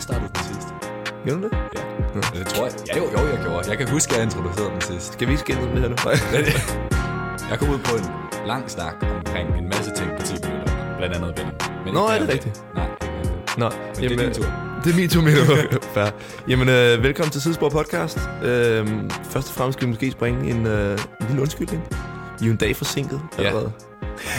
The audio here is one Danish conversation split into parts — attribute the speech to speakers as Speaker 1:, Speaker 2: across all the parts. Speaker 1: startede den sidst.
Speaker 2: Gjorde du det?
Speaker 1: Ja. Men det tror jeg. Ja, jo, jo, jeg gjorde. Jeg kan huske, at jeg introducerede den sidst.
Speaker 2: Skal vi ikke skændes om det her nu?
Speaker 1: Jeg kom ud på en lang snak omkring en masse ting på 10 minutter. Blandt andet venner. Men
Speaker 2: Nå,
Speaker 1: ikke
Speaker 2: er det
Speaker 1: mere.
Speaker 2: rigtigt?
Speaker 1: Nej. ikke mere.
Speaker 2: Nå,
Speaker 1: Men det er din tur.
Speaker 2: Det er min tur, mener du? Fair. Jamen, øh, velkommen til Sidespor Podcast. Øh, først og fremmest skal vi måske springe en, øh, en lille undskyldning. Vi er jo en dag forsinket
Speaker 1: Ja.
Speaker 2: allerede.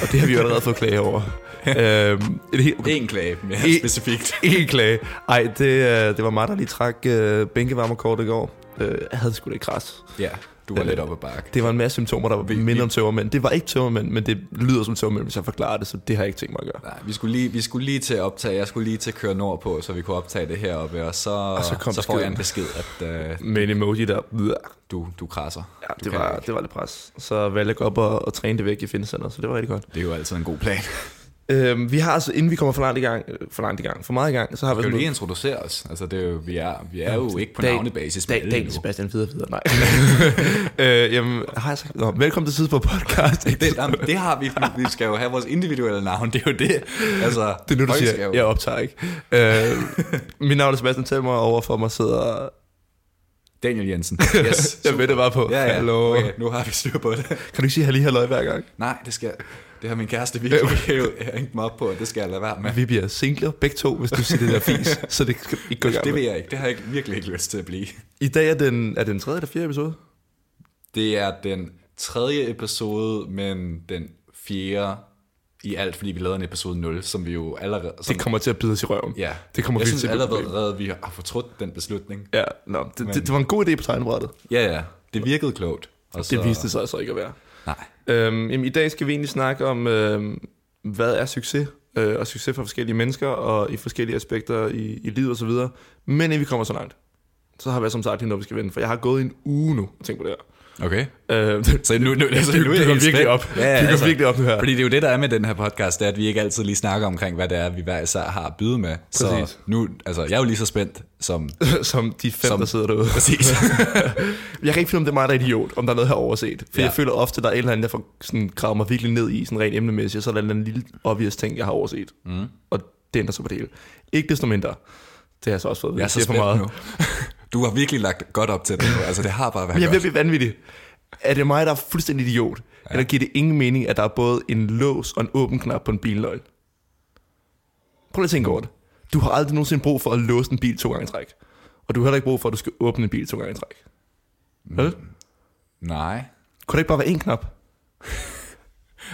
Speaker 2: Og det har vi jo allerede fået klage over. øh, et helt,
Speaker 1: En klage mere
Speaker 2: I-
Speaker 1: specifikt.
Speaker 2: Ikke klage. Ej, det, øh, det var mig, der lige trak øh, bænkevarmerkort i går. Øh, jeg havde sgu lidt kras.
Speaker 1: Ja, du var
Speaker 2: Øh,
Speaker 1: lidt op ad bakke.
Speaker 2: Det var en masse symptomer, der var
Speaker 1: Vi-
Speaker 2: mindre
Speaker 1: vi-
Speaker 2: om tømmermænd. Det var ikke tømmermænd, men det lyder som tømmermænd, hvis jeg forklarer det, så det har jeg ikke tænkt mig at gøre.
Speaker 1: Nej, vi skulle, lige, vi skulle lige til at optage, jeg skulle lige til at køre nordpå, så vi kunne optage det heroppe, og så, og
Speaker 2: så kom
Speaker 1: så får jeg en besked,
Speaker 2: beskeden.
Speaker 1: at øh,
Speaker 2: Med en emoji der, Blah.
Speaker 1: du, du krasser.
Speaker 2: ja,
Speaker 1: du
Speaker 2: det,
Speaker 1: kan
Speaker 2: var,
Speaker 1: ikke.
Speaker 2: det var lidt pres. Så valgte jeg at gå op og, og træne det væk i Finnsender, så det var rigtig godt.
Speaker 1: Det er jo altid en god plan.
Speaker 2: Øhm, vi har altså, inden vi kommer for langt i gang, øh, for langt i gang, for meget i gang, så har vi...
Speaker 1: Skal vi
Speaker 2: sådan
Speaker 1: lige
Speaker 2: noget-
Speaker 1: introducere os? Altså, det er jo, vi, er, vi er jo ikke på
Speaker 2: Dag-
Speaker 1: navnebasis med
Speaker 2: Dag,
Speaker 1: alle
Speaker 2: Dag,
Speaker 1: endnu.
Speaker 2: Sebastian videre, videre, nej. øh, jamen, har jeg sagt... Nå, velkommen til Tids på podcast.
Speaker 1: Det, jamen, det har vi. Vi skal jo have vores individuelle navn. Det er jo det. Altså,
Speaker 2: Det er nu, du
Speaker 1: folk
Speaker 2: siger,
Speaker 1: skal jo-
Speaker 2: jeg, jeg optager ikke. Øh, mit navn er Sebastian Telmer, og overfor mig sidder...
Speaker 1: Daniel Jensen. Yes.
Speaker 2: Jeg ved det bare på.
Speaker 1: Ja, ja.
Speaker 2: Hallo.
Speaker 1: Okay, nu har vi styr på det.
Speaker 2: Kan du ikke sige halli halløj hver gang?
Speaker 1: Nej, det skal Det har min kæreste virkelig hævet- hængt mig op på, og det skal jeg lade være med.
Speaker 2: Vi bliver singler begge to, hvis du siger det der fis. så det skal vi ikke gå i gang
Speaker 1: Det
Speaker 2: med.
Speaker 1: vil jeg ikke. Det har jeg ikke, virkelig ikke lyst til at blive.
Speaker 2: I dag er den, er den tredje eller fjerde episode.
Speaker 1: Det er den tredje episode, men den fjerde i alt, fordi vi lavede en episode 0, som vi jo allerede... Som,
Speaker 2: Det kommer til at bide os i røven.
Speaker 1: ja,
Speaker 2: det kommer
Speaker 1: jeg
Speaker 2: virkelig
Speaker 1: synes
Speaker 2: til at blive et problem.
Speaker 1: allerede, at vi har fortrudt den beslutning.
Speaker 2: Ja, no, det, det, det, var en god idé på tegnbrættet.
Speaker 1: Ja, ja. Det virkede klogt. Og
Speaker 2: Det viste sig altså ikke at være.
Speaker 1: Nej.
Speaker 2: Øhm, jamen, I dag skal vi egentlig snakke om, øhm, hvad er succes? Øh, og succes for forskellige mennesker og i forskellige aspekter i, i livet osv. Men inden vi kommer så langt, så har jeg som sagt lige noget, vi skal vende. For jeg har gået i en uge nu og tænkt på det her.
Speaker 1: Okay.
Speaker 2: Øh, det,
Speaker 1: Så nu, nu, altså,
Speaker 2: det,
Speaker 1: nu er jeg
Speaker 2: går
Speaker 1: helt
Speaker 2: virkelig
Speaker 1: spændt.
Speaker 2: op.
Speaker 1: Ja, ja,
Speaker 2: det går
Speaker 1: altså,
Speaker 2: virkelig op nu her.
Speaker 1: Fordi det er jo det, der er med den her podcast, det er, at vi ikke altid lige snakker omkring, hvad det er, vi hver især har at byde med.
Speaker 2: Præcis.
Speaker 1: Så nu, altså, jeg er jo lige så spændt som...
Speaker 2: Som de fem,
Speaker 1: Som-
Speaker 2: der sidder derude.
Speaker 1: Præcis.
Speaker 2: Jeg kan ikke finde, om det er mig, der er idiot, om der er noget, jeg har overset. For ja.
Speaker 1: Ja.
Speaker 2: jeg føler ofte, der er et eller andet, jeg får sådan, gravet mig virkelig ned i, sådan rent emnemæssigt, og så er der en eller anden lille obvious ting, jeg har overset. Mm. Og det ændrer sig på det hele. Ikke desto mindre. Det har jeg så også fået. at vide.
Speaker 1: Jeg er så
Speaker 2: Det
Speaker 1: spændt nu. Du har virkelig lagt godt op til det. nu. Altså, det har bare været
Speaker 2: Men jeg
Speaker 1: godt.
Speaker 2: bliver vanvittig. Er det mig, der er fuldstændig idiot? Ja. Eller giver det ingen mening, at der er både en lås og en åben knap på en bilnøgle? Prøv lige at tænke over det. Du har aldrig nogensinde brug for at låse en bil to gange i træk. Og du har heller ikke brug for, at du skal åbne en bil to gange i træk. Vel?
Speaker 1: Nej.
Speaker 2: Kunne det ikke bare være én knap?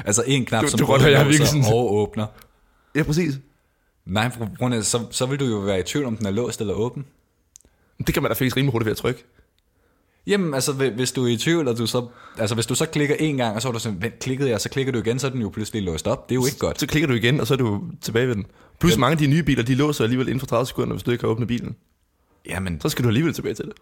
Speaker 1: Altså, en knap,
Speaker 2: Du-
Speaker 1: som
Speaker 2: du
Speaker 1: både
Speaker 2: rotter jeg
Speaker 1: låser
Speaker 2: virkelig sådan-
Speaker 1: og åbner.
Speaker 2: Ja, præcis.
Speaker 1: Nej, for grund af, så, så vil du jo være i tvivl, om den er låst eller åben.
Speaker 2: Det kan man da faktisk rimelig hurtigt ved at trykke.
Speaker 1: Jamen, altså, hvi- hvis du er i tvivl, og du så, altså, hvis du så klikker en gang, og så er du sådan, vent, klikkede jeg, så klikker du igen, så er den jo pludselig låst op. Det er jo ikke godt.
Speaker 2: Så klikker du igen, og så er du tilbage ved den. Plus mange af de nye biler, de låser alligevel inden for 30 sekunder, hvis du ikke har åbnet bilen.
Speaker 1: Jamen,
Speaker 2: Så skal du alligevel tilbage til det.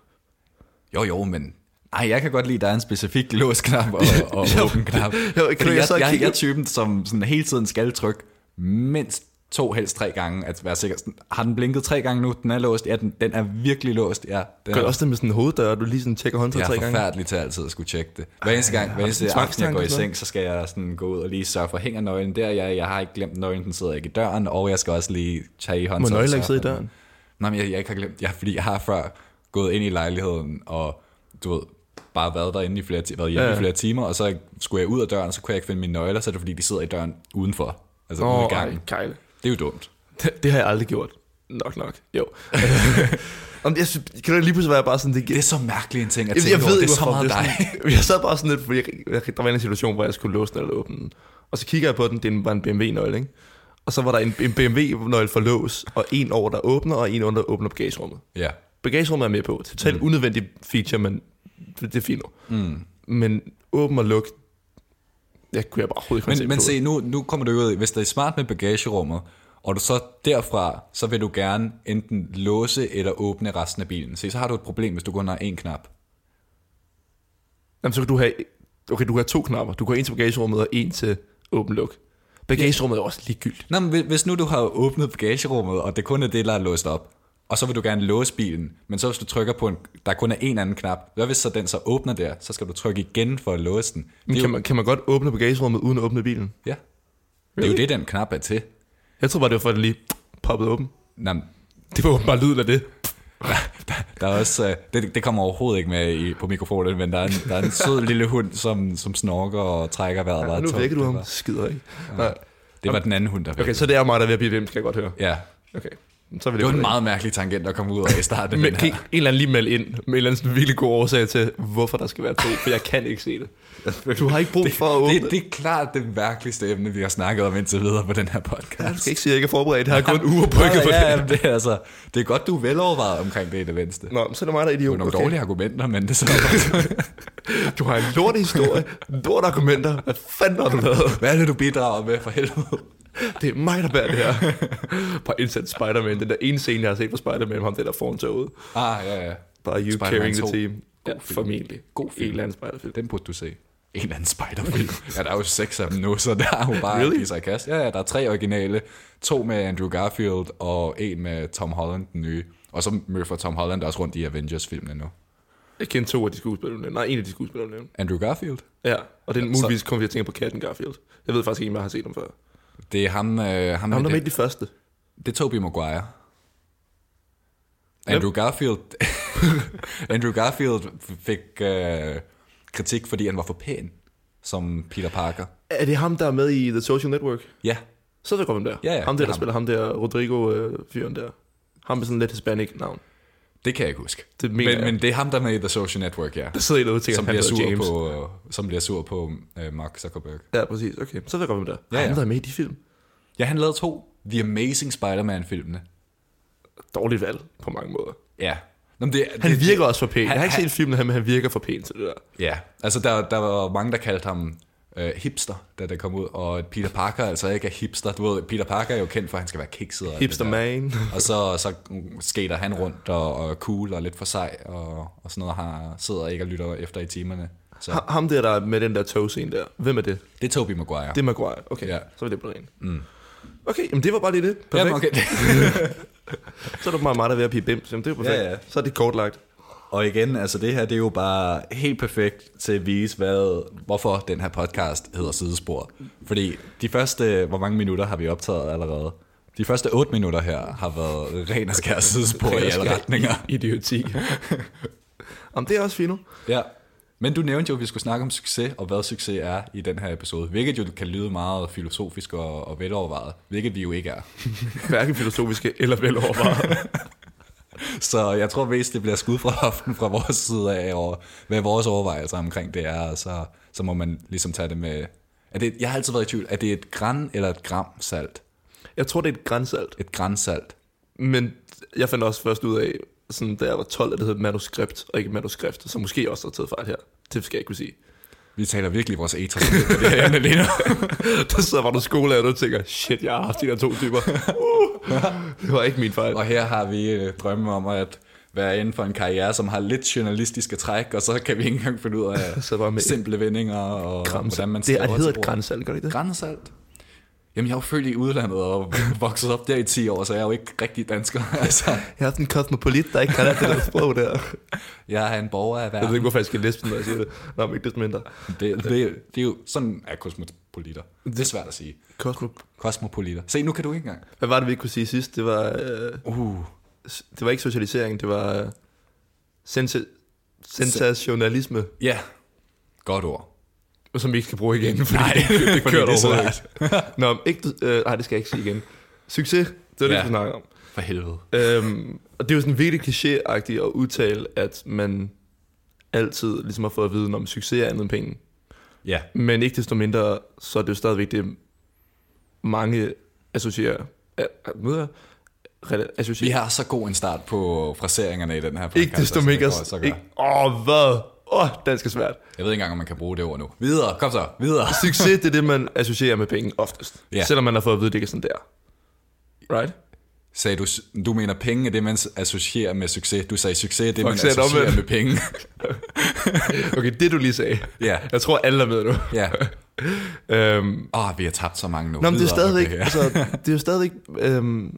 Speaker 1: jo jo, men... Ej, jeg kan godt lide, at der er en specifik låsknap og, og
Speaker 2: Jo,
Speaker 1: åben knap.
Speaker 2: jo,
Speaker 1: Fordi
Speaker 2: kan du- jeg
Speaker 1: jeg,
Speaker 2: sad og
Speaker 1: jeg, jeg,
Speaker 2: kiggede-
Speaker 1: er typen, som sådan hele tiden skal trykke mindst to, helst tre gange, at være sikker. Sådan, Har den blinket tre gange nu? Den er låst. Ja, den, den er virkelig låst. Ja, den
Speaker 2: Gør
Speaker 1: er,
Speaker 2: også det med sådan en hoveddør, du lige sådan tjekker håndtaget
Speaker 1: jeg
Speaker 2: tre
Speaker 1: er
Speaker 2: gange.
Speaker 1: forfærdelig til altid at skulle tjekke det. Hver eneste gang, hver eneste
Speaker 2: sådan en
Speaker 1: aften, jeg går i
Speaker 2: tvangstanke,
Speaker 1: seng, så skal jeg sådan gå ud og lige sørge for, hænger nøglen der? Jeg, jeg har ikke glemt nøglen, den sidder ikke i døren, og jeg skal også lige tage i hånden.
Speaker 2: Må
Speaker 1: så jeg
Speaker 2: nøgler ikke
Speaker 1: sørger
Speaker 2: sidde i
Speaker 1: for den.
Speaker 2: døren?
Speaker 1: Nej, men jeg, jeg ikke har glemt, ja, fordi jeg har før gået ind i lejligheden, og du ved, bare været derinde i flere, ti- været hjemme
Speaker 2: Ja,
Speaker 1: ja.
Speaker 2: ja.
Speaker 1: i flere timer, og så skulle jeg ud af døren, og så kunne jeg ikke finde mine nøgler, så er det fordi, de sidder i døren udenfor. Altså oh, ude i
Speaker 2: Åh,
Speaker 1: gangen.
Speaker 2: ej, kejle.
Speaker 1: Det er jo dumt.
Speaker 2: Det, det har jeg aldrig gjort. Nok nok, jo. Om jeg, synes- kan det lige pludselig være bare sådan, det,
Speaker 1: Det er så mærkelig en ting at
Speaker 2: jeg,
Speaker 1: tænke
Speaker 2: jeg
Speaker 1: over.
Speaker 2: ved
Speaker 1: det
Speaker 2: ikke,
Speaker 1: er så
Speaker 2: hvorfor,
Speaker 1: meget
Speaker 2: det er
Speaker 1: dig.
Speaker 2: sådan, Jeg sad bare sådan lidt, fordi jeg, jeg, der var en situation, hvor jeg skulle låse den eller åbne den. Og så kigger jeg på den, det var en BMW-nøgle, ikke? Og så var der en, en BMW-nøgle for lås, og en over, der åbner, og en under, der åbner bagagerummet.
Speaker 1: Ja.
Speaker 2: Bagagerummet er med på. Totalt mm. unødvendig feature, men det er fint nu. Mm. Men åben og luk, jeg kunne jeg bare overhovedet ikke
Speaker 1: Men, men
Speaker 2: koncentrere
Speaker 1: se, nu, nu kommer du ud, hvis det er smart med bagagerummet, og du så derfra, så vil du gerne enten låse eller åbne resten af bilen. Se, så har du et problem, hvis du kun har én knap.
Speaker 2: på. Jamen, så kan du have, okay, du kan have to knapper. Du kan have en til bagagerummet og en til åben luk. Bagagerummet er også ligegyldigt.
Speaker 1: Nå, men hvis- hvis nu du har åbnet bagagerummet, og det kun er det, der er låst op, og så vil du gerne låse bilen, men så hvis du trykker på en, der kun er en anden knap, hvad hvis så den så åbner der, så skal du trykke igen for at låse den.
Speaker 2: Men
Speaker 1: Det er
Speaker 2: kan,
Speaker 1: jo,
Speaker 2: man, kan man godt åbne bagagerummet uden at åbne bilen?
Speaker 1: ja. det er jo det, den knap er til.
Speaker 2: Jeg tror bare, det var for, at den lige poppede åben.
Speaker 1: Nå, men
Speaker 2: Det var åbenbart lyden af det.
Speaker 1: Der er også, øh, det, det kommer overhovedet ikke med i, på mikrofonen, men der er en, der er en sød lille hund, som, som snorker og trækker vejret.
Speaker 2: Og
Speaker 1: meget
Speaker 2: nu
Speaker 1: tungt.
Speaker 2: vækker du
Speaker 1: Det
Speaker 2: ham.
Speaker 1: var-
Speaker 2: Skider ikke. Nej.
Speaker 1: Det var den anden hund, der vækkede.
Speaker 2: Okay, så det er mig, der er ved at blive ved, skal jeg godt høre.
Speaker 1: Ja,
Speaker 2: Okay, så vil
Speaker 1: det
Speaker 2: det,
Speaker 1: var
Speaker 2: godt
Speaker 1: en
Speaker 2: være.
Speaker 1: meget mærkelig tangent at komme ud af i starten. af
Speaker 2: Men
Speaker 1: den
Speaker 2: kan
Speaker 1: her.
Speaker 2: ikke en eller anden lige melde ind med en eller anden sådan virkelig god årsag til, hvorfor der skal være to, for jeg kan ikke se det. Du har ikke brug for at åbne.
Speaker 1: det, det er klart det mærkeligste emne, vi har snakket om indtil videre på den her
Speaker 2: Ja, du
Speaker 1: podcast.
Speaker 2: skal ikke sige, at jeg ikke er forberedt. Jeg har gået en uge på
Speaker 1: ja,
Speaker 2: det.
Speaker 1: ja, jamen, det, er altså, det er godt, du er velovervejet omkring det i det venstre. Det
Speaker 2: Nå, men så er det mig, der er
Speaker 1: er
Speaker 2: idiot.
Speaker 1: nogle
Speaker 2: Okay.
Speaker 1: dårlige argumenter, men det er så...
Speaker 2: Du har en lort historie, lort argumenter. Hvad fanden har du lavet?
Speaker 1: Hvad er det, du bidrager med for helvede?
Speaker 2: Det er mig, der bærer det her. Bare indsat Spider-Man. Den der ene scene, jeg har set fra Spider-Man, ham der, der får en tog ud.
Speaker 1: Ah, ja, ja.
Speaker 2: Bare you
Speaker 1: Spider-Man
Speaker 2: carrying the
Speaker 1: 2.
Speaker 2: team. Ja,
Speaker 1: film.
Speaker 2: formentlig.
Speaker 1: God
Speaker 2: En
Speaker 1: film.
Speaker 2: eller anden Spider-Film.
Speaker 1: Den burde du se. En eller anden spiderfilm. ja, der er jo seks af dem nu, så der er jo bare
Speaker 2: Really?
Speaker 1: really? i kast. Ja, ja, der er tre originale. To med Andrew Garfield, og en med Tom Holland, den nye. Og så møffer Tom Holland også rundt i Avengers-filmene nu.
Speaker 2: Jeg kendte to af de skuespillere, du nævnte. Nej, en af de skuespillere, du nævnte.
Speaker 1: Andrew Garfield?
Speaker 2: Ja, og den
Speaker 1: så-
Speaker 2: muligvis kom vi at tænke på Katten Garfield. Jeg ved faktisk ikke, om jeg har set dem før.
Speaker 1: Det er ham, øh, ham,
Speaker 2: Ham, der
Speaker 1: med
Speaker 2: var
Speaker 1: det,
Speaker 2: ikke de første.
Speaker 1: det er Tobey Maguire. Andrew Garfield Andrew Garfield fik øh, kritik, fordi han var for pæn som Peter Parker.
Speaker 2: Er det ham, der er med i The Social Network?
Speaker 1: Ja,
Speaker 2: Så er det godt, hvem der.
Speaker 1: Ja, ja,
Speaker 2: ham
Speaker 1: det
Speaker 2: der,
Speaker 1: er
Speaker 2: der
Speaker 1: ham.
Speaker 2: spiller ham der, Rodrigo-fyren der. Ham med sådan lidt hispanic navn.
Speaker 1: det kan jeg ikke huske.
Speaker 2: Det mener
Speaker 1: men,
Speaker 2: jeg.
Speaker 1: men det er ham, der er med i The Social Network, ja.
Speaker 2: Der sidder en derude og tænker,
Speaker 1: som
Speaker 2: han
Speaker 1: bliver,
Speaker 2: hedder
Speaker 1: sur
Speaker 2: James.
Speaker 1: på, øh, som bliver sur på øh, Mark Zuckerberg.
Speaker 2: Ja, præcis. Okay, så ved jeg godt, hvem der.
Speaker 1: Ja,
Speaker 2: Ja, ja.
Speaker 1: ja.
Speaker 2: Ham, der er med i de film.
Speaker 1: Ja, han lavede to The Amazing Spider-Man-filmene.
Speaker 2: Dårligt valg på mange måder.
Speaker 1: Ja. Nå, men det,
Speaker 2: Han
Speaker 1: det,
Speaker 2: virker også for pæn.
Speaker 1: han-
Speaker 2: jeg har ikke
Speaker 1: han-
Speaker 2: set filmen af ham, men han virker for pæn til det der.
Speaker 1: Ja, altså der, der var mange, der kaldte ham øh, hipster, da det kom ud, og Peter Parker altså ikke er hipster. Du ved, Peter Parker er jo kendt for, at han skal være kikset. og alt det
Speaker 2: Hipster
Speaker 1: der.
Speaker 2: man.
Speaker 1: Og så, så mm, skater han rundt og, og er cool og lidt for sej og, og sådan noget, har, sidder ikke og lytter efter i timerne. Så
Speaker 2: Ha- Ham der, der er med den der togscene der. Hvem er det?
Speaker 1: det er Tobey Maguire.
Speaker 2: Det er Maguire. Okay,
Speaker 1: Ja.
Speaker 2: ja. så er det på den. Mm. Okay, jamen det var bare lige det. Perfekt.
Speaker 1: Jamen, okay.
Speaker 2: Så er det bare mig, der er ved at blive bims. Jamen det er perfekt.
Speaker 1: Ja, ja.
Speaker 2: Så er det kortlagt.
Speaker 1: Og igen, altså det her, det er jo bare helt perfekt til at vise, hvad, hvorfor den her podcast hedder Sidespor. Fordi de første, hvor mange minutter har vi optaget allerede? De første 8 minutter her har været ren og skær sidespor i alle retninger.
Speaker 2: Idioti. jamen det er også fint.
Speaker 1: Ja. Men du nævnte jo, at vi skulle snakke om succes, og hvad succes er i den her episode. Hvilket jo kan lyde meget filosofisk og, og velovervejet, hvilket vi jo ikke er.
Speaker 2: Hverken filosofiske eller velovervejet.
Speaker 1: Så jeg tror mest, det bliver skud fra hoften fra vores side af, og hvad vores overvejelser omkring det er, og så, så må man ligesom tage det med... Er det, jeg har altid været i tvivl, er det et gran eller et gram salt?
Speaker 2: Jeg tror, det er et grænsalt.
Speaker 1: Et gran salt.
Speaker 2: Men jeg fandt også først ud af, sådan, da jeg var 12, at det hed manuskript, og ikke manuskrift, så måske jeg også har taget fejl her. Det skal jeg ikke kunne sige.
Speaker 1: Vi taler virkelig vores etos på det her emne lige nu.
Speaker 2: Der sidder bare du skole, og du tænker, shit, jeg har haft de der to typer. Uh, det var ikke min fejl.
Speaker 1: Og her har vi øh, drømme om at være inden for en karriere, som har lidt journalistiske træk, og så kan vi ikke engang finde ud af
Speaker 2: Så bare med
Speaker 1: simple vendinger og hvordan man
Speaker 2: det, er,
Speaker 1: skriver
Speaker 2: det
Speaker 1: til
Speaker 2: hedder et
Speaker 1: ord.
Speaker 2: grænsalt, gør det ikke det?
Speaker 1: Grænsalt? Jamen, jeg er jo født i udlandet og vokset op der i 10 år, så jeg er jo ikke rigtig dansker. Altså,
Speaker 2: Jeg har sådan en kosmopolit, der ikke kan alt det der sprog der.
Speaker 1: jeg er en borger af
Speaker 2: Jeg ved
Speaker 1: verden.
Speaker 2: ikke, hvorfor jeg skal læse den, når jeg siger det. Nå, men ikke desto mindre.
Speaker 1: Det, det, det er jo sådan er kosmopolitter. Det er svært at sige.
Speaker 2: Kosmo...
Speaker 1: Kosmopolitter. Se, nu kan du ikke engang.
Speaker 2: Hvad var det, vi ikke kunne sige sidst? Det var, øh,
Speaker 1: Uh,
Speaker 2: det var ikke socialisering, det var øh, sensa- sensationalisme.
Speaker 1: ja. Yeah. Godt ord.
Speaker 2: Som vi ikke skal bruge igen, fordi
Speaker 1: Nej,
Speaker 2: Nej, det, det
Speaker 1: fordi
Speaker 2: kører
Speaker 1: det er så
Speaker 2: overhovedet ikke. Nå, men ikke, øh, nej, det skal jeg ikke sige igen. Succes, det er det,
Speaker 1: Ja.
Speaker 2: ja. vi snakker om.
Speaker 1: For helvede.
Speaker 2: Øhm, og det er jo sådan virkelig kliché-agtigt at udtale, at man altid ligesom har fået at vide, om succes er andet end penge.
Speaker 1: Ja.
Speaker 2: Men ikke desto mindre, så er det jo stadigvæk det, mange associerer. Er, er, ved jeg? Rela- associerer.
Speaker 1: Vi har så god en start på fraseringerne i den her podcast.
Speaker 2: Ikke desto
Speaker 1: altså, det
Speaker 2: mindre.
Speaker 1: går så godt.
Speaker 2: ikke- Åh, hvad? Åh, dansk er svært.
Speaker 1: Jeg ved ikke engang, om man kan bruge det ord nu. Videre, kom så, videre.
Speaker 2: Succes, det er det, man associerer med penge oftest.
Speaker 1: Ja.
Speaker 2: Selvom man har fået at vide, det ikke er sådan der. Right?
Speaker 1: Sagde du, s- du mener penge er det, man s- associerer med succes. Du sagde succes er det, man
Speaker 2: Fuck, sagde jeg
Speaker 1: associerer
Speaker 2: omvendt.
Speaker 1: med penge.
Speaker 2: Okay, det du lige sagde.
Speaker 1: Ja.
Speaker 2: Jeg tror, alle er med nu.
Speaker 1: Ja.
Speaker 2: Øhm,
Speaker 1: Åh, oh, vi har tabt så mange nu.
Speaker 2: Nå, men det er
Speaker 1: Videre med
Speaker 2: stadigvæk,
Speaker 1: det her.
Speaker 2: altså, det er jo stadigvæk, øhm,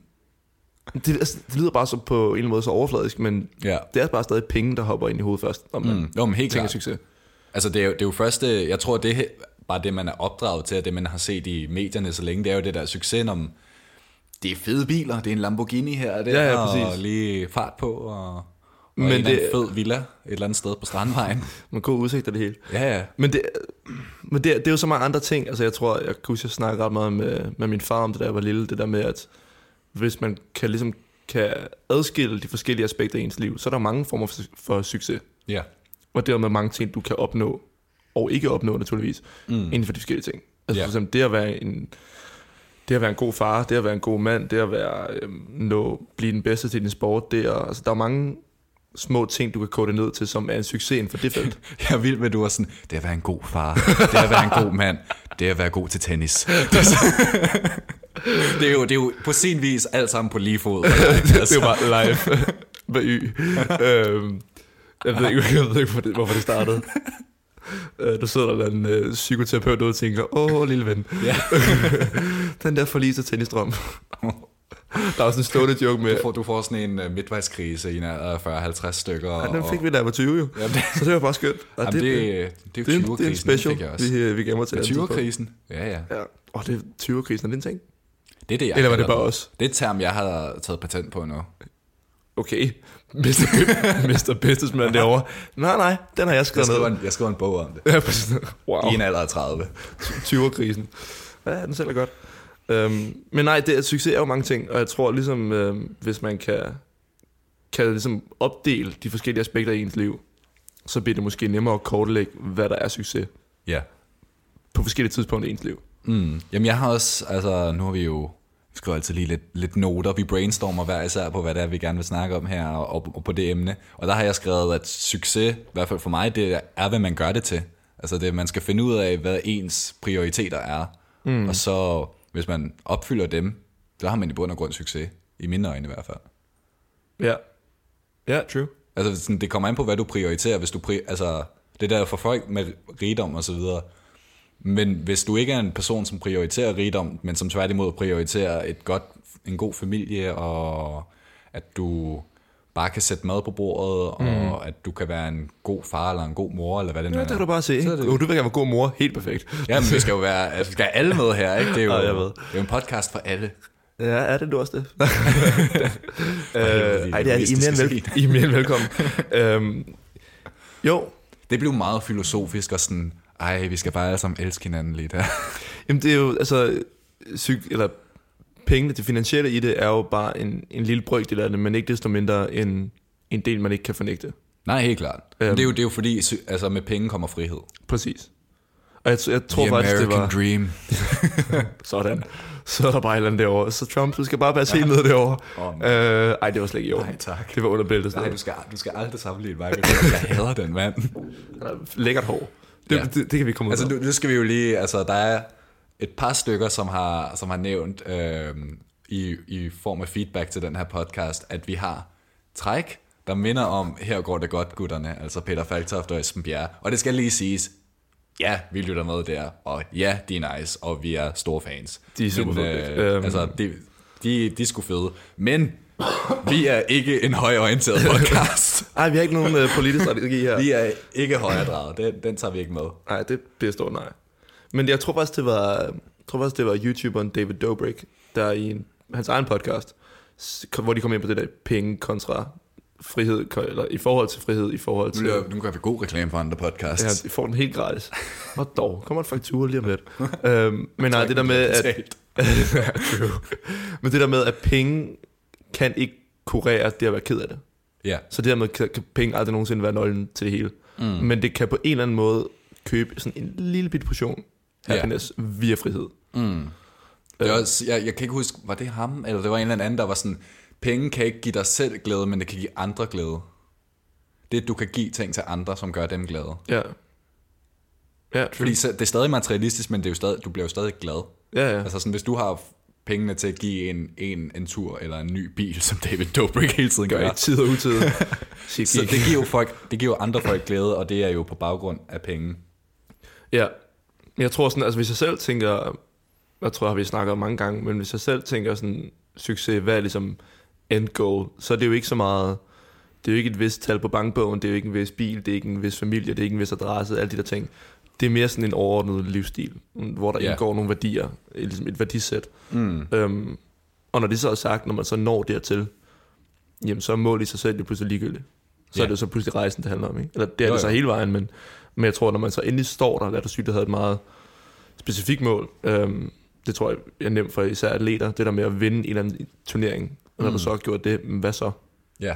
Speaker 2: det, altså, det lyder bare så på en eller anden måde så overfladisk, men
Speaker 1: Ja.
Speaker 2: det er bare stadig penge, der hopper ind i hovedet først, når man mm.
Speaker 1: Mm. Jo, men helt
Speaker 2: tænker
Speaker 1: klart.
Speaker 2: succes.
Speaker 1: Altså det er, jo, det er jo første, jeg tror det er bare det man er opdraget til, og det man har set i medierne så længe, det er jo det der succes om, det er fede biler, det er en Lamborghini her og der,
Speaker 2: Ja, ja,
Speaker 1: og
Speaker 2: præcis.
Speaker 1: lige fart på, og, og
Speaker 2: Men
Speaker 1: Men en det...
Speaker 2: det-
Speaker 1: eller anden fed villa et eller andet sted på Strandvejen.
Speaker 2: Man god udsigt og det hele.
Speaker 1: ja, ja.
Speaker 2: Men, det, men det, det er jo så mange andre ting. Altså, jeg tror, jeg kunne huske, jeg snakkede ret meget med, med min far om det, da jeg var lille. Det der med, at hvis man kan, ligesom, kan adskille de forskellige aspekter af ens liv, så er der mange former for, for succes.
Speaker 1: ja.
Speaker 2: Og dermed mange ting, du kan opnå, og ikke opnå naturligvis, mm. inden for de forskellige ting. Altså
Speaker 1: Ja.
Speaker 2: for eksempel det at være en... Det at være en god far, det at være en god mand, det at være, øhm, nå, blive den bedste til din sport, det er, altså, der er mange små ting, du kan kode det ned til, som er en succes inden for det felt.
Speaker 1: Jeg er vild med, at du var sådan, det er at være en god far, det er at være en god mand, det er at være god til tennis. Det er, så... det er, jo, det er jo på sin vis alt sammen på lige fod. Altså,
Speaker 2: det var live med Y. øhm, jeg ved ikke, jeg ved ikke hvor det, hvorfor det startede. Øh, der sidder der en eller anden øh, psykoterapeut derude og tænker, åh, lille ven,
Speaker 1: Ja.
Speaker 2: den der forlis og tennisdrøm. der er også en stående joke med,
Speaker 1: Du, får, du får sådan en øh, midtvejskrise i en alder af 40-50 stykker.
Speaker 2: ja, den
Speaker 1: og-
Speaker 2: fik vi, da jeg var 20 jo.
Speaker 1: Jamen, det-
Speaker 2: Så det var bare skønt. Og
Speaker 1: Jamen, det, det, det,
Speaker 2: det,
Speaker 1: er
Speaker 2: er
Speaker 1: jo
Speaker 2: en- det er
Speaker 1: 20'er-krisen,
Speaker 2: en
Speaker 1: det
Speaker 2: special,
Speaker 1: fik jeg også.
Speaker 2: vi, øh, vi gemmer til. et andet tidspunkt.
Speaker 1: 20'er-krisen, ja, ja.
Speaker 2: Ja. Og det er 20-krisen, er det en ting?
Speaker 1: Det er det, jeg
Speaker 2: Eller var det
Speaker 1: kalder
Speaker 2: bare os?
Speaker 1: Det er et term, jeg har taget patent på nu.
Speaker 2: Okay. Mr. Mr. Businessman derovre. Nej, nej, den har jeg
Speaker 1: Jeg
Speaker 2: skrevet
Speaker 1: skriver
Speaker 2: ned.
Speaker 1: en, jeg skriver en bog om det.
Speaker 2: Ja, præcis. Wow.
Speaker 1: I en alder af 30.
Speaker 2: 20'er-krisen. Ja, den sælger godt. Øhm, men nej, det, er- succes er jo mange ting, og jeg tror ligesom, øhm, hvis man kan, kan ligesom opdele de forskellige aspekter i ens liv, så bliver det måske nemmere at kortlægge, hvad der er succes
Speaker 1: Ja.
Speaker 2: på forskellige tidspunkter i ens liv.
Speaker 1: Mm. Jamen jeg har også, altså nu har vi jo, vi skriver altid lige lidt, lidt noter, vi brainstormer hver især på, hvad det er, vi gerne vil snakke om her og, og, og på det emne. Og der har jeg skrevet, at succes, i hvert fald for mig, det er, hvad man gør det til. Altså det, man skal finde ud af, hvad ens prioriteter er. Mm. Og så, hvis man opfylder dem, så har man i bund og grund succes. I mine øjne i hvert fald.
Speaker 2: Ja. Ja, true.
Speaker 1: Altså, sådan, det kommer an på, hvad du prioriterer. Hvis du pri- altså, det der for folk med rigdom og så videre. Men hvis du ikke er en person, som prioriterer rigdom, men som tværtimod prioriterer et godt, en god familie, og at du bare kan sætte mad på bordet, mm. og at du kan være en god far eller en god mor, eller hvad det nu
Speaker 2: Ja,
Speaker 1: er.
Speaker 2: det kan du bare se.
Speaker 1: Så
Speaker 2: ikke?
Speaker 1: er det-
Speaker 2: Jo, du vil gerne være god mor. Helt perfekt.
Speaker 1: Ja, men vi skal jo være, altså, vi skal have alle med her, ikke? Det er jo,
Speaker 2: Ja, jeg ved.
Speaker 1: det er jo en podcast for alle.
Speaker 2: Ja, er det du også det?
Speaker 1: helvede,
Speaker 2: Øh, Ej, det er I
Speaker 1: det
Speaker 2: er mere
Speaker 1: skal
Speaker 2: end vel- I er mere end velkommen. øhm, jo,
Speaker 1: Det blev meget filosofisk og sådan, ej, vi skal bare alle sammen elske hinanden lidt her.
Speaker 2: Jamen det er jo, altså, psyk- eller pengene, det finansielle i det, er jo bare en, en lille brøkdel af det, men ikke desto mindre en, en del, man ikke kan fornægte.
Speaker 1: Nej, helt klart. Øhm. Det, er jo, det er jo fordi, sy- altså, med penge kommer frihed.
Speaker 2: Præcis. Og jeg, jeg tror faktisk, det var
Speaker 1: Dream.
Speaker 2: sådan. Så er der bare et eller andet derovre. Så Trump, du skal bare passe helt ned derovre.
Speaker 1: Åh,
Speaker 2: Øh, ej, det var slet ikke i orden.
Speaker 1: Nej, tak.
Speaker 2: Det var underbæltet.
Speaker 1: Nej, du skal, du skal aldrig sammenligne mig med Trump. Jeg hader den mand.
Speaker 2: Lækkert hår. Det,
Speaker 1: Ja.
Speaker 2: ja. det, det, kan vi komme ud
Speaker 1: Altså,
Speaker 2: altså,
Speaker 1: nu, nu skal vi jo lige... Altså, der er et par stykker, som har, som har nævnt øh, i, i form af feedback til den her podcast, at vi har træk, der minder om Her går det godt, gutterne. Altså Peter Falktoft og Esben Bjerre. Og det skal lige siges, ja, vi lytter med der, og ja, de er nice, og vi er store fans.
Speaker 2: De er super
Speaker 1: Men,
Speaker 2: fede.
Speaker 1: øh,
Speaker 2: Øhm.
Speaker 1: Altså, de, de, de er sgu fede. Men vi er ikke en højorienteret podcast.
Speaker 2: Ej, vi har ikke nogen øh, politisk strategi her.
Speaker 1: Vi er ikke højredrejet. Den, den tager vi ikke med.
Speaker 2: Nej, det bliver stort nej. Men jeg tror faktisk, det var, jeg tror faktisk, det var YouTuberen David Dobrik, der i en, hans egen podcast, s- kom- hvor de kom ind på det der penge kontra frihed, ko- eller i forhold til frihed, i forhold
Speaker 1: Nu,
Speaker 2: til...
Speaker 1: laver- nu gør vi god reklame for andre podcasts.
Speaker 2: Ja, de får den helt gratis. Og dog, kommer en faktura lige om lidt. øhm, men nej, det der med, at,
Speaker 1: Betalt.
Speaker 2: True. men det der med, at penge kan ikke kurere det at være ked af det.
Speaker 1: Ja,
Speaker 2: Så dermed kan, kan penge aldrig nogensinde være nøglen til det hele. Mm. Men det kan på en eller anden måde købe sådan en lille bit portion
Speaker 1: Ja.
Speaker 2: happiness yeah. via frihed.
Speaker 1: det er også, jeg, jeg kan ikke huske, var det ham, eller det var en eller anden, der var sådan, penge kan ikke give dig selv glæde, men det kan give andre glæde. Det er, at du kan give ting til andre, som gør dem glade.
Speaker 2: Ja. Ja, true.
Speaker 1: Fordi så, det er stadig materialistisk, men det er jo stadig, du bliver jo stadig glad.
Speaker 2: ja, ja.
Speaker 1: Altså sådan, hvis du har pengene til at give en, en, en tur eller en ny bil, som David Dobrik hele tiden gør,
Speaker 2: Gør i tid og utid. Shit,
Speaker 1: så
Speaker 2: gik.
Speaker 1: det giver, jo folk, det giver jo andre folk glæde, og det er jo på baggrund af penge.
Speaker 2: Ja. Men jeg tror sådan, altså hvis jeg selv tænker, jeg tror, har vi snakket om mange gange, men hvis jeg selv tænker sådan, succes, hvad er ligesom end goal, så er det jo ikke så meget, det er jo ikke et vist tal på bankbogen, det er jo ikke en vis bil, det er ikke en vis familie, det er ikke en vis adresse, alle de der ting. Det er mere sådan en overordnet livsstil, mm, hvor der
Speaker 1: Ja.
Speaker 2: indgår nogle værdier, eh, ligesom et værdisæt. Mm. Øhm, Og når det så er sagt, når man så når dertil, jamen så er mål i sig selv jo pludselig ligegyldigt. Så
Speaker 1: Ja.
Speaker 2: er det jo så pludselig rejsen, det handler om. Ikke? Eller det er
Speaker 1: Jo,
Speaker 2: det så
Speaker 1: jo.
Speaker 2: hele vejen, men, men jeg tror, når man så endelig står der, lad os sige, der havde et meget specifikt mål. Øhm, det tror jeg er nemt for især atleter, det der med at vinde en eller anden turnering. Og når mm. du så har gjort det, men hvad så?
Speaker 1: Ja.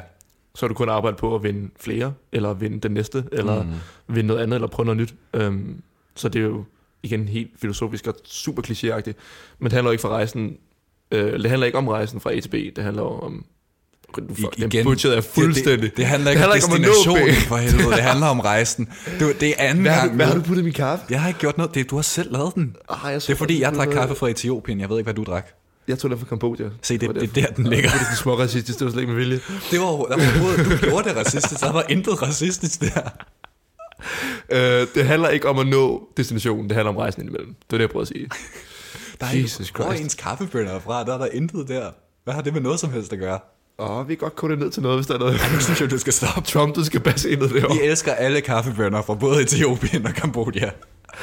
Speaker 2: så har du kun arbejdet på at vinde flere, eller vinde den næste, eller mm. vinde noget andet, eller prøve noget nyt. Um, så det er jo igen helt filosofisk og super klichéagtigt. Men det handler jo ikke for rejsen, øh, det handler ikke om rejsen fra A til B, det handler jo om... Fuck, den budget er fuldstændig.
Speaker 1: Det, det, det handler ikke det handler om
Speaker 2: at nå
Speaker 1: destinationen
Speaker 2: B.
Speaker 1: for helvede, det handler om rejsen. Du, det er anden
Speaker 2: Hvad, har
Speaker 1: gang
Speaker 2: du- hvad har
Speaker 1: nu.
Speaker 2: du puttet i min kaffe?
Speaker 1: Jeg har ikke gjort noget. Det, du har selv lavet den.
Speaker 2: Ah, jeg så
Speaker 1: Det er fordi,
Speaker 2: godt,
Speaker 1: Ah, jeg
Speaker 2: du
Speaker 1: drak
Speaker 2: lavede-
Speaker 1: kaffe fra Etiopien. Jeg ved ikke, hvad du drak.
Speaker 2: Jeg tog den fra Kambodja.
Speaker 1: Se, det, det,
Speaker 2: var
Speaker 1: det er der, den ligger.
Speaker 2: Det er små racistisk, det var slet ikke med vilje.
Speaker 1: Det var der var overhovedet, du gjorde det racistisk. Der var intet racistisk der.
Speaker 2: Øh, det handler ikke om at nå destinationen, det handler om rejsen indimellem. Det var det, jeg prøvede at sige.
Speaker 1: Der er
Speaker 2: Jesus
Speaker 1: ikke, hvor er
Speaker 2: Christ.
Speaker 1: ens kaffebønder er fra? Der er der intet der. Hvad har det med noget som helst at gøre?
Speaker 2: Åh, vi kan godt kode det ned til noget, hvis der er noget.
Speaker 1: Jeg synes jo, du skal stoppe.
Speaker 2: Trump, du skal basse ind i det
Speaker 1: Vi elsker alle kaffebønder fra både Etiopien og Kambodja.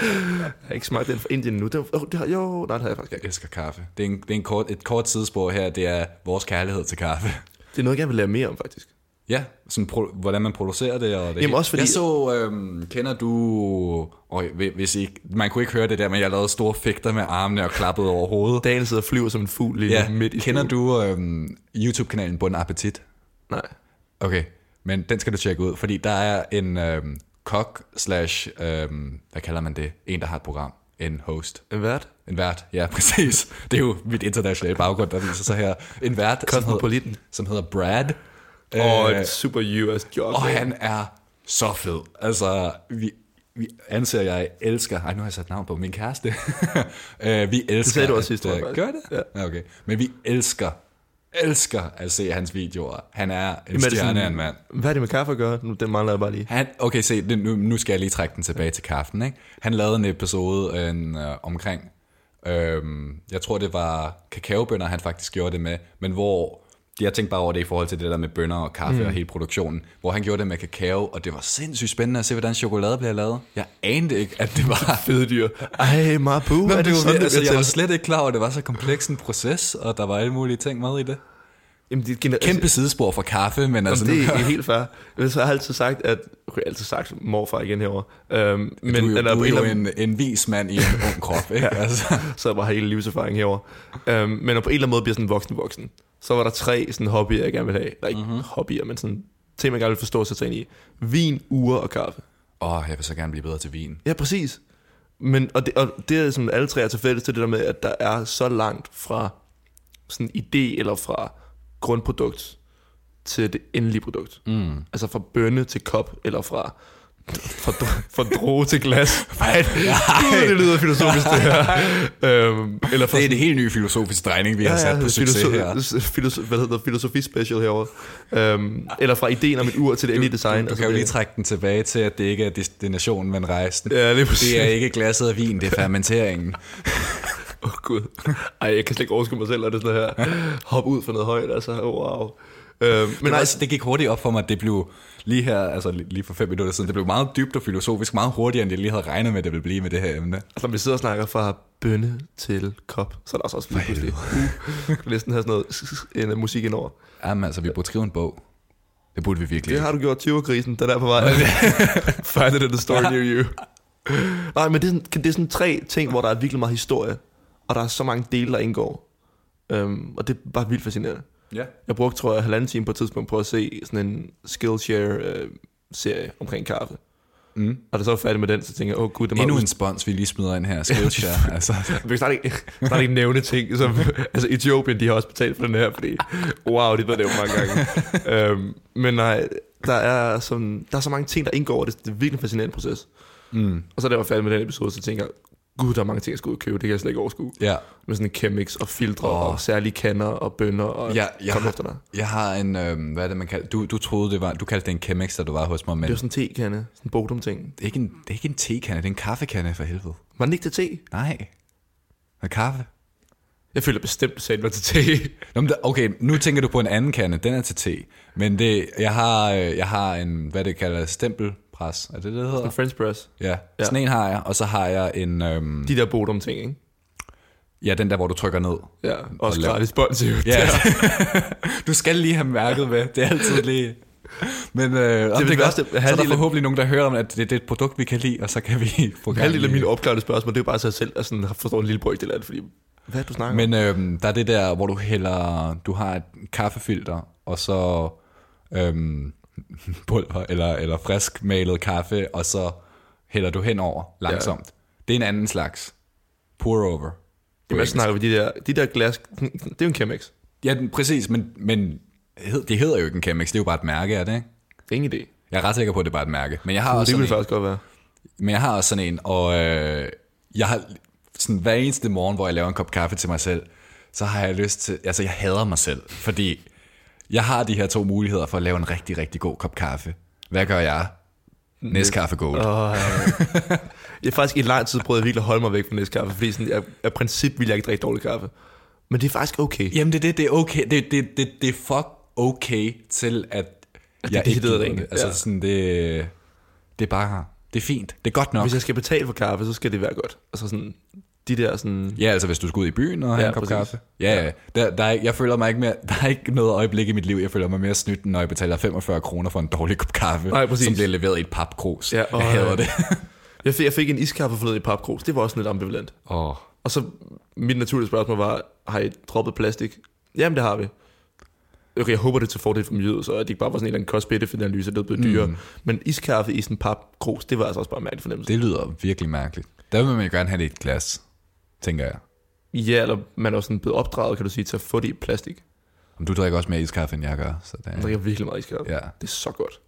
Speaker 2: Jeg har ikke smagt den fra Indien nu. Det var, oh, det har, jo, nej, det har jeg faktisk ikke.
Speaker 1: Jeg elsker kaffe. Det er, en, det er en kort, et kort sidespor her. Det er vores kærlighed til kaffe.
Speaker 2: Det er noget, jeg gerne vil lære mere om, faktisk.
Speaker 1: Ja, sådan pro, hvordan man producerer det. Og det
Speaker 2: Jamen, også fordi-
Speaker 1: Jeg så, øhm, kender du... Og hvis I, man kunne ikke høre det der, men jeg lavede store fægter med armene og klappede over hovedet.
Speaker 2: Dagen sidder og flyver som en fugl lige
Speaker 1: Ja,
Speaker 2: ja, midt i
Speaker 1: kender
Speaker 2: stuen.
Speaker 1: du øhm, YouTube-kanalen Bund Appetit?
Speaker 2: Nej.
Speaker 1: Okay, men den skal du tjekke ud, fordi der er en øhm, kok slash, øhm, hvad kalder man det? En, der har et program. En host.
Speaker 2: En vært?
Speaker 1: En vært, ja præcis. Det er jo mit internationale baggrund, der viser sig her. En vært, som hedder,
Speaker 2: Kosmopoliten.
Speaker 1: som hedder Brad.
Speaker 2: Og
Speaker 1: Øh,
Speaker 2: et super US job.
Speaker 1: og
Speaker 2: Oh,
Speaker 1: han er så fed. Altså, vi, vi anser, jeg elsker... Ej, nu har jeg sat navn på min kæreste. Øh, vi elsker... Det
Speaker 2: sagde du også sidste år, faktisk.
Speaker 1: Gør det? Ja. Okay. Men vi elsker, elsker at se hans videoer. Han er en stjerne af en mand.
Speaker 2: Hvad er det med kaffe at gøre? Nu, den mangler jeg bare lige.
Speaker 1: Han, okay, se, det- nu, nu skal jeg lige trække den tilbage til kaffen. Ikke? Han lavede en episode en, øh, omkring, øhm, jeg tror det var kakaobønder, han faktisk gjorde det med, men hvor, jeg tænkte bare over det i forhold til det der med bønder og kaffe mm. og hele produktionen, hvor han gjorde det med kakao, og det var sindssygt spændende at se, hvordan chokolade bliver lavet. Jeg anede ikke, at det var...
Speaker 2: Fede dyr. Ej, Mabu, Nå,
Speaker 1: Nå, men
Speaker 2: er det,
Speaker 1: det var,
Speaker 2: sådan,
Speaker 1: altså,
Speaker 2: det
Speaker 1: jeg var
Speaker 2: bliver til?
Speaker 1: slet ikke klar over, at det var så kompleks en proces, og der var alle mulige ting med i det.
Speaker 2: Jamen, det er gener-
Speaker 1: Kæmpe sidespor for kaffe, men altså...
Speaker 2: Altså, det er helt fair. Men så har jeg altid sagt, at... Okay, altid sagt morfar igen herover. Øhm, men
Speaker 1: men, du, er
Speaker 2: at der
Speaker 1: jo, du
Speaker 2: på en
Speaker 1: er
Speaker 2: eller
Speaker 1: jo
Speaker 2: anden-
Speaker 1: en, en vis mand i en ung krop, ikke? ja. altså.
Speaker 2: så jeg bare har hele livserfaring herover. Um, men når på en eller anden måde bliver sådan voksen voksen, så var der tre sådan hobbyer, jeg gerne ville have. Eller ikke
Speaker 1: Mhm.
Speaker 2: mm-hmm. hobbyer, men sådan ting, man gerne ville forstå sig til ind i. Vin, ure og kaffe.
Speaker 1: Åh, oh, jeg vil så gerne blive bedre til vin.
Speaker 2: Ja, præcis. Men, og, det, og det er sådan, alle tre er til fælles til det der med, at der er så langt fra sådan idé eller fra grundprodukt til det endelige produkt. Mm. Altså fra bønne til kop, eller fra, fra, dro- fra droge til glas. Nej, det lyder filosofisk det her. øhm, eller fra
Speaker 1: Det er en helt ny filosofisk drejning, vi ja, har sat på succes
Speaker 2: filoso-
Speaker 1: her.
Speaker 2: Filoso- hvad hedder det? filosofi special herovre. Øhm, eller fra ideen om et ur til det endelige design.
Speaker 1: Du kan jo lige trække den tilbage til, at det ikke er destinationen, men rejsen.
Speaker 2: Ja, lige præcis.
Speaker 1: Det er ikke glasset af vin, det er fermenteringen.
Speaker 2: Åh oh, gud. Ej, jeg kan slet ikke overskue mig selv, når det er sådan her. Hop ud for noget højt, altså. Oh, wow. Øhm, men
Speaker 1: Men
Speaker 2: nej,
Speaker 1: altså, det gik hurtigt op for mig, at det blev lige her, altså li- lige for fem minutter siden, det blev meget dybt og filosofisk, meget hurtigere, end jeg lige havde regnet med, det ville blive med det her emne.
Speaker 2: altså, når vi sidder og snakker fra bønne til kop, så er der også også lige pludselig. Uh, kan næsten have sådan noget s- s- en øh, musik indover.
Speaker 1: Jamen altså, vi burde skrive en bog. Det burde vi virkelig.
Speaker 2: Det har du gjort, 20-krisen, den er på vej. Find it in the store near you. Nej, men det er, sådan, det er sådan tre ting, hvor der er virkelig meget historie, og der er så mange dele, der indgår. Øhm, og det er bare vildt fascinerende.
Speaker 1: Ja.
Speaker 2: Jeg brugte, tror jeg, halvanden time på et tidspunkt på at se sådan en Skillshare-serie omkring kaffe.
Speaker 1: Mm.
Speaker 2: Og da så var jeg færdig med den, så tænkte jeg, åh oh, gud, det
Speaker 1: Endnu
Speaker 2: var
Speaker 1: en spons, vi lige smider ind her. Skillshare, altså.
Speaker 2: Vi kan snart ikke, snart ikke nævne ting, som, altså Etiopien, de har også betalt for den her, fordi wow, de ved det jo mange gange. øhm, men nej, der er, sådan, der er så mange ting, der indgår, og det, det er virkelig en fascinerende proces.
Speaker 1: Mm.
Speaker 2: Og så da jeg var færdig med den episode, så tænker jeg, gud, der er mange ting, jeg skal ud og købe, det kan jeg slet ikke overskue.
Speaker 1: Ja.
Speaker 2: Med sådan chemix og filtre
Speaker 1: Åh.
Speaker 2: oh. og særlige kanner og bønder og
Speaker 1: Ja, jeg
Speaker 2: kom
Speaker 1: har-
Speaker 2: efter dig.
Speaker 1: Jeg har en, øhm, hvad er det man kalder, du, du troede det var, du kaldte det en Chemex, da du var hos mig, men
Speaker 2: Det var sådan en tekande, sådan en Bodum-ting.
Speaker 1: det er ikke en, det er ikke en tekande, det er en kaffekande for helvede.
Speaker 2: Var den ikke til te?
Speaker 1: Nej, en kaffe.
Speaker 2: Jeg føler bestemt, du sagde, den var til te.
Speaker 1: Nå, men der, okay, nu tænker du på en anden kande, den er til te, men det, jeg har, øh, jeg har en, hvad det kalder, stempelpres, er det det, det hedder?
Speaker 2: En French press.
Speaker 1: Ja, sådan en har jeg, og så har jeg en, øhm,
Speaker 2: De der Bodum-ting, ikke?
Speaker 1: Ja, den der, hvor du trykker ned.
Speaker 2: Ja, også
Speaker 1: lav.
Speaker 2: gratis bånd til
Speaker 1: Ja. du skal lige have mærket med. Det er altid lige... Men øh, det er, det
Speaker 2: det
Speaker 1: godt,
Speaker 2: værste.
Speaker 1: så er der
Speaker 2: Halvdelen-
Speaker 1: forhåbentlig nogen, der hører om, at det, det er et produkt, vi kan lide, og så kan vi få gang
Speaker 2: Halvdelen af
Speaker 1: i-
Speaker 2: mine opklarede spørgsmål, det er jo bare sig selv, at sådan, forstår en lille brøkdel af det, fordi... Hvad er du snakker om?
Speaker 1: Men øhm, der er det der, hvor du hælder, du har et kaffefilter, og så øhm, pulver eller, eller frisk malet kaffe, og så hælder du henover langsomt. Ja. Det er en anden slags pour over.
Speaker 2: Jamen, hvad snakker vi de der, de der glas... Det er jo en Chemex.
Speaker 1: Ja, den- præcis, men, men hed- det hedder jo ikke en Chemex, det er jo bare et mærke, er det ikke?
Speaker 2: Ingen idé.
Speaker 1: Jeg er ret sikker på, at det er bare et mærke. Men jeg har,
Speaker 2: Det
Speaker 1: også
Speaker 2: kunne
Speaker 1: sådan, en,
Speaker 2: det faktisk godt være.
Speaker 1: men jeg har også sådan en, og øh, jeg har sådan hver eneste morgen, hvor jeg laver en kop kaffe til mig selv, så har jeg lyst til, altså jeg hader mig selv, fordi jeg har de her to muligheder for at lave en rigtig, rigtig god kop kaffe. Hvad gør jeg? Næstkaffe Gold.
Speaker 2: Åh, ja. jeg har faktisk i lang tid prøvet virkelig at holde mig væk fra næstkaffe, fordi sådan, jeg, af princip vil jeg ikke drikke dårlig kaffe. Men det er faktisk okay.
Speaker 1: Jamen det er det, det er okay, det, det, det, det er fuck okay til, at jeg
Speaker 2: det
Speaker 1: ikke gider
Speaker 2: hedder det
Speaker 1: det.
Speaker 2: ikke.
Speaker 1: Altså
Speaker 2: Ja.
Speaker 1: sådan, det, det er bare, det er fint, det er godt nok.
Speaker 2: Hvis jeg skal betale for kaffe, så skal det være godt. Altså sådan, de der sådan...
Speaker 1: Ja, altså hvis du skal ud i byen og have
Speaker 2: Ja,
Speaker 1: en kop
Speaker 2: præcis.
Speaker 1: kaffe. Ja, ja. Der, der er, ikke- jeg føler mig ikke mere, der er ikke noget øjeblik i mit liv, jeg føler mig mere snydt, end når jeg betaler 45 kroner for en dårlig kop kaffe,
Speaker 2: Nej, præcis.
Speaker 1: som bliver leveret i et papkrus.
Speaker 2: Ja,
Speaker 1: jeg
Speaker 2: og-
Speaker 1: hader det.
Speaker 2: Jeg fik, jeg fik en iskaffe forleden i papkrus, det var også lidt ambivalent.
Speaker 1: Åh,
Speaker 2: Og så mit naturlige spørgsmål var, har I droppet plastik? Jamen, det har vi. Okay, jeg håber det er til fordel for miljøet, så at det ikke bare var sådan en eller anden kostbætte, for den analyse er blevet dyrere. Mm. Men iskaffe i sådan en papkrus, det var altså også bare en mærkelig fornemmelse.
Speaker 1: det lyder virkelig mærkeligt. Der vil man jo gerne have det i et glas, tænker jeg.
Speaker 2: Ja, eller man er også sådan blevet opdraget, kan du sige, til at få det i plastik.
Speaker 1: Men du drikker også mere iskaffe, end jeg gør. Så det
Speaker 2: Jeg
Speaker 1: er...
Speaker 2: drikker virkelig meget iskaffe.
Speaker 1: ja.
Speaker 2: Det er så godt.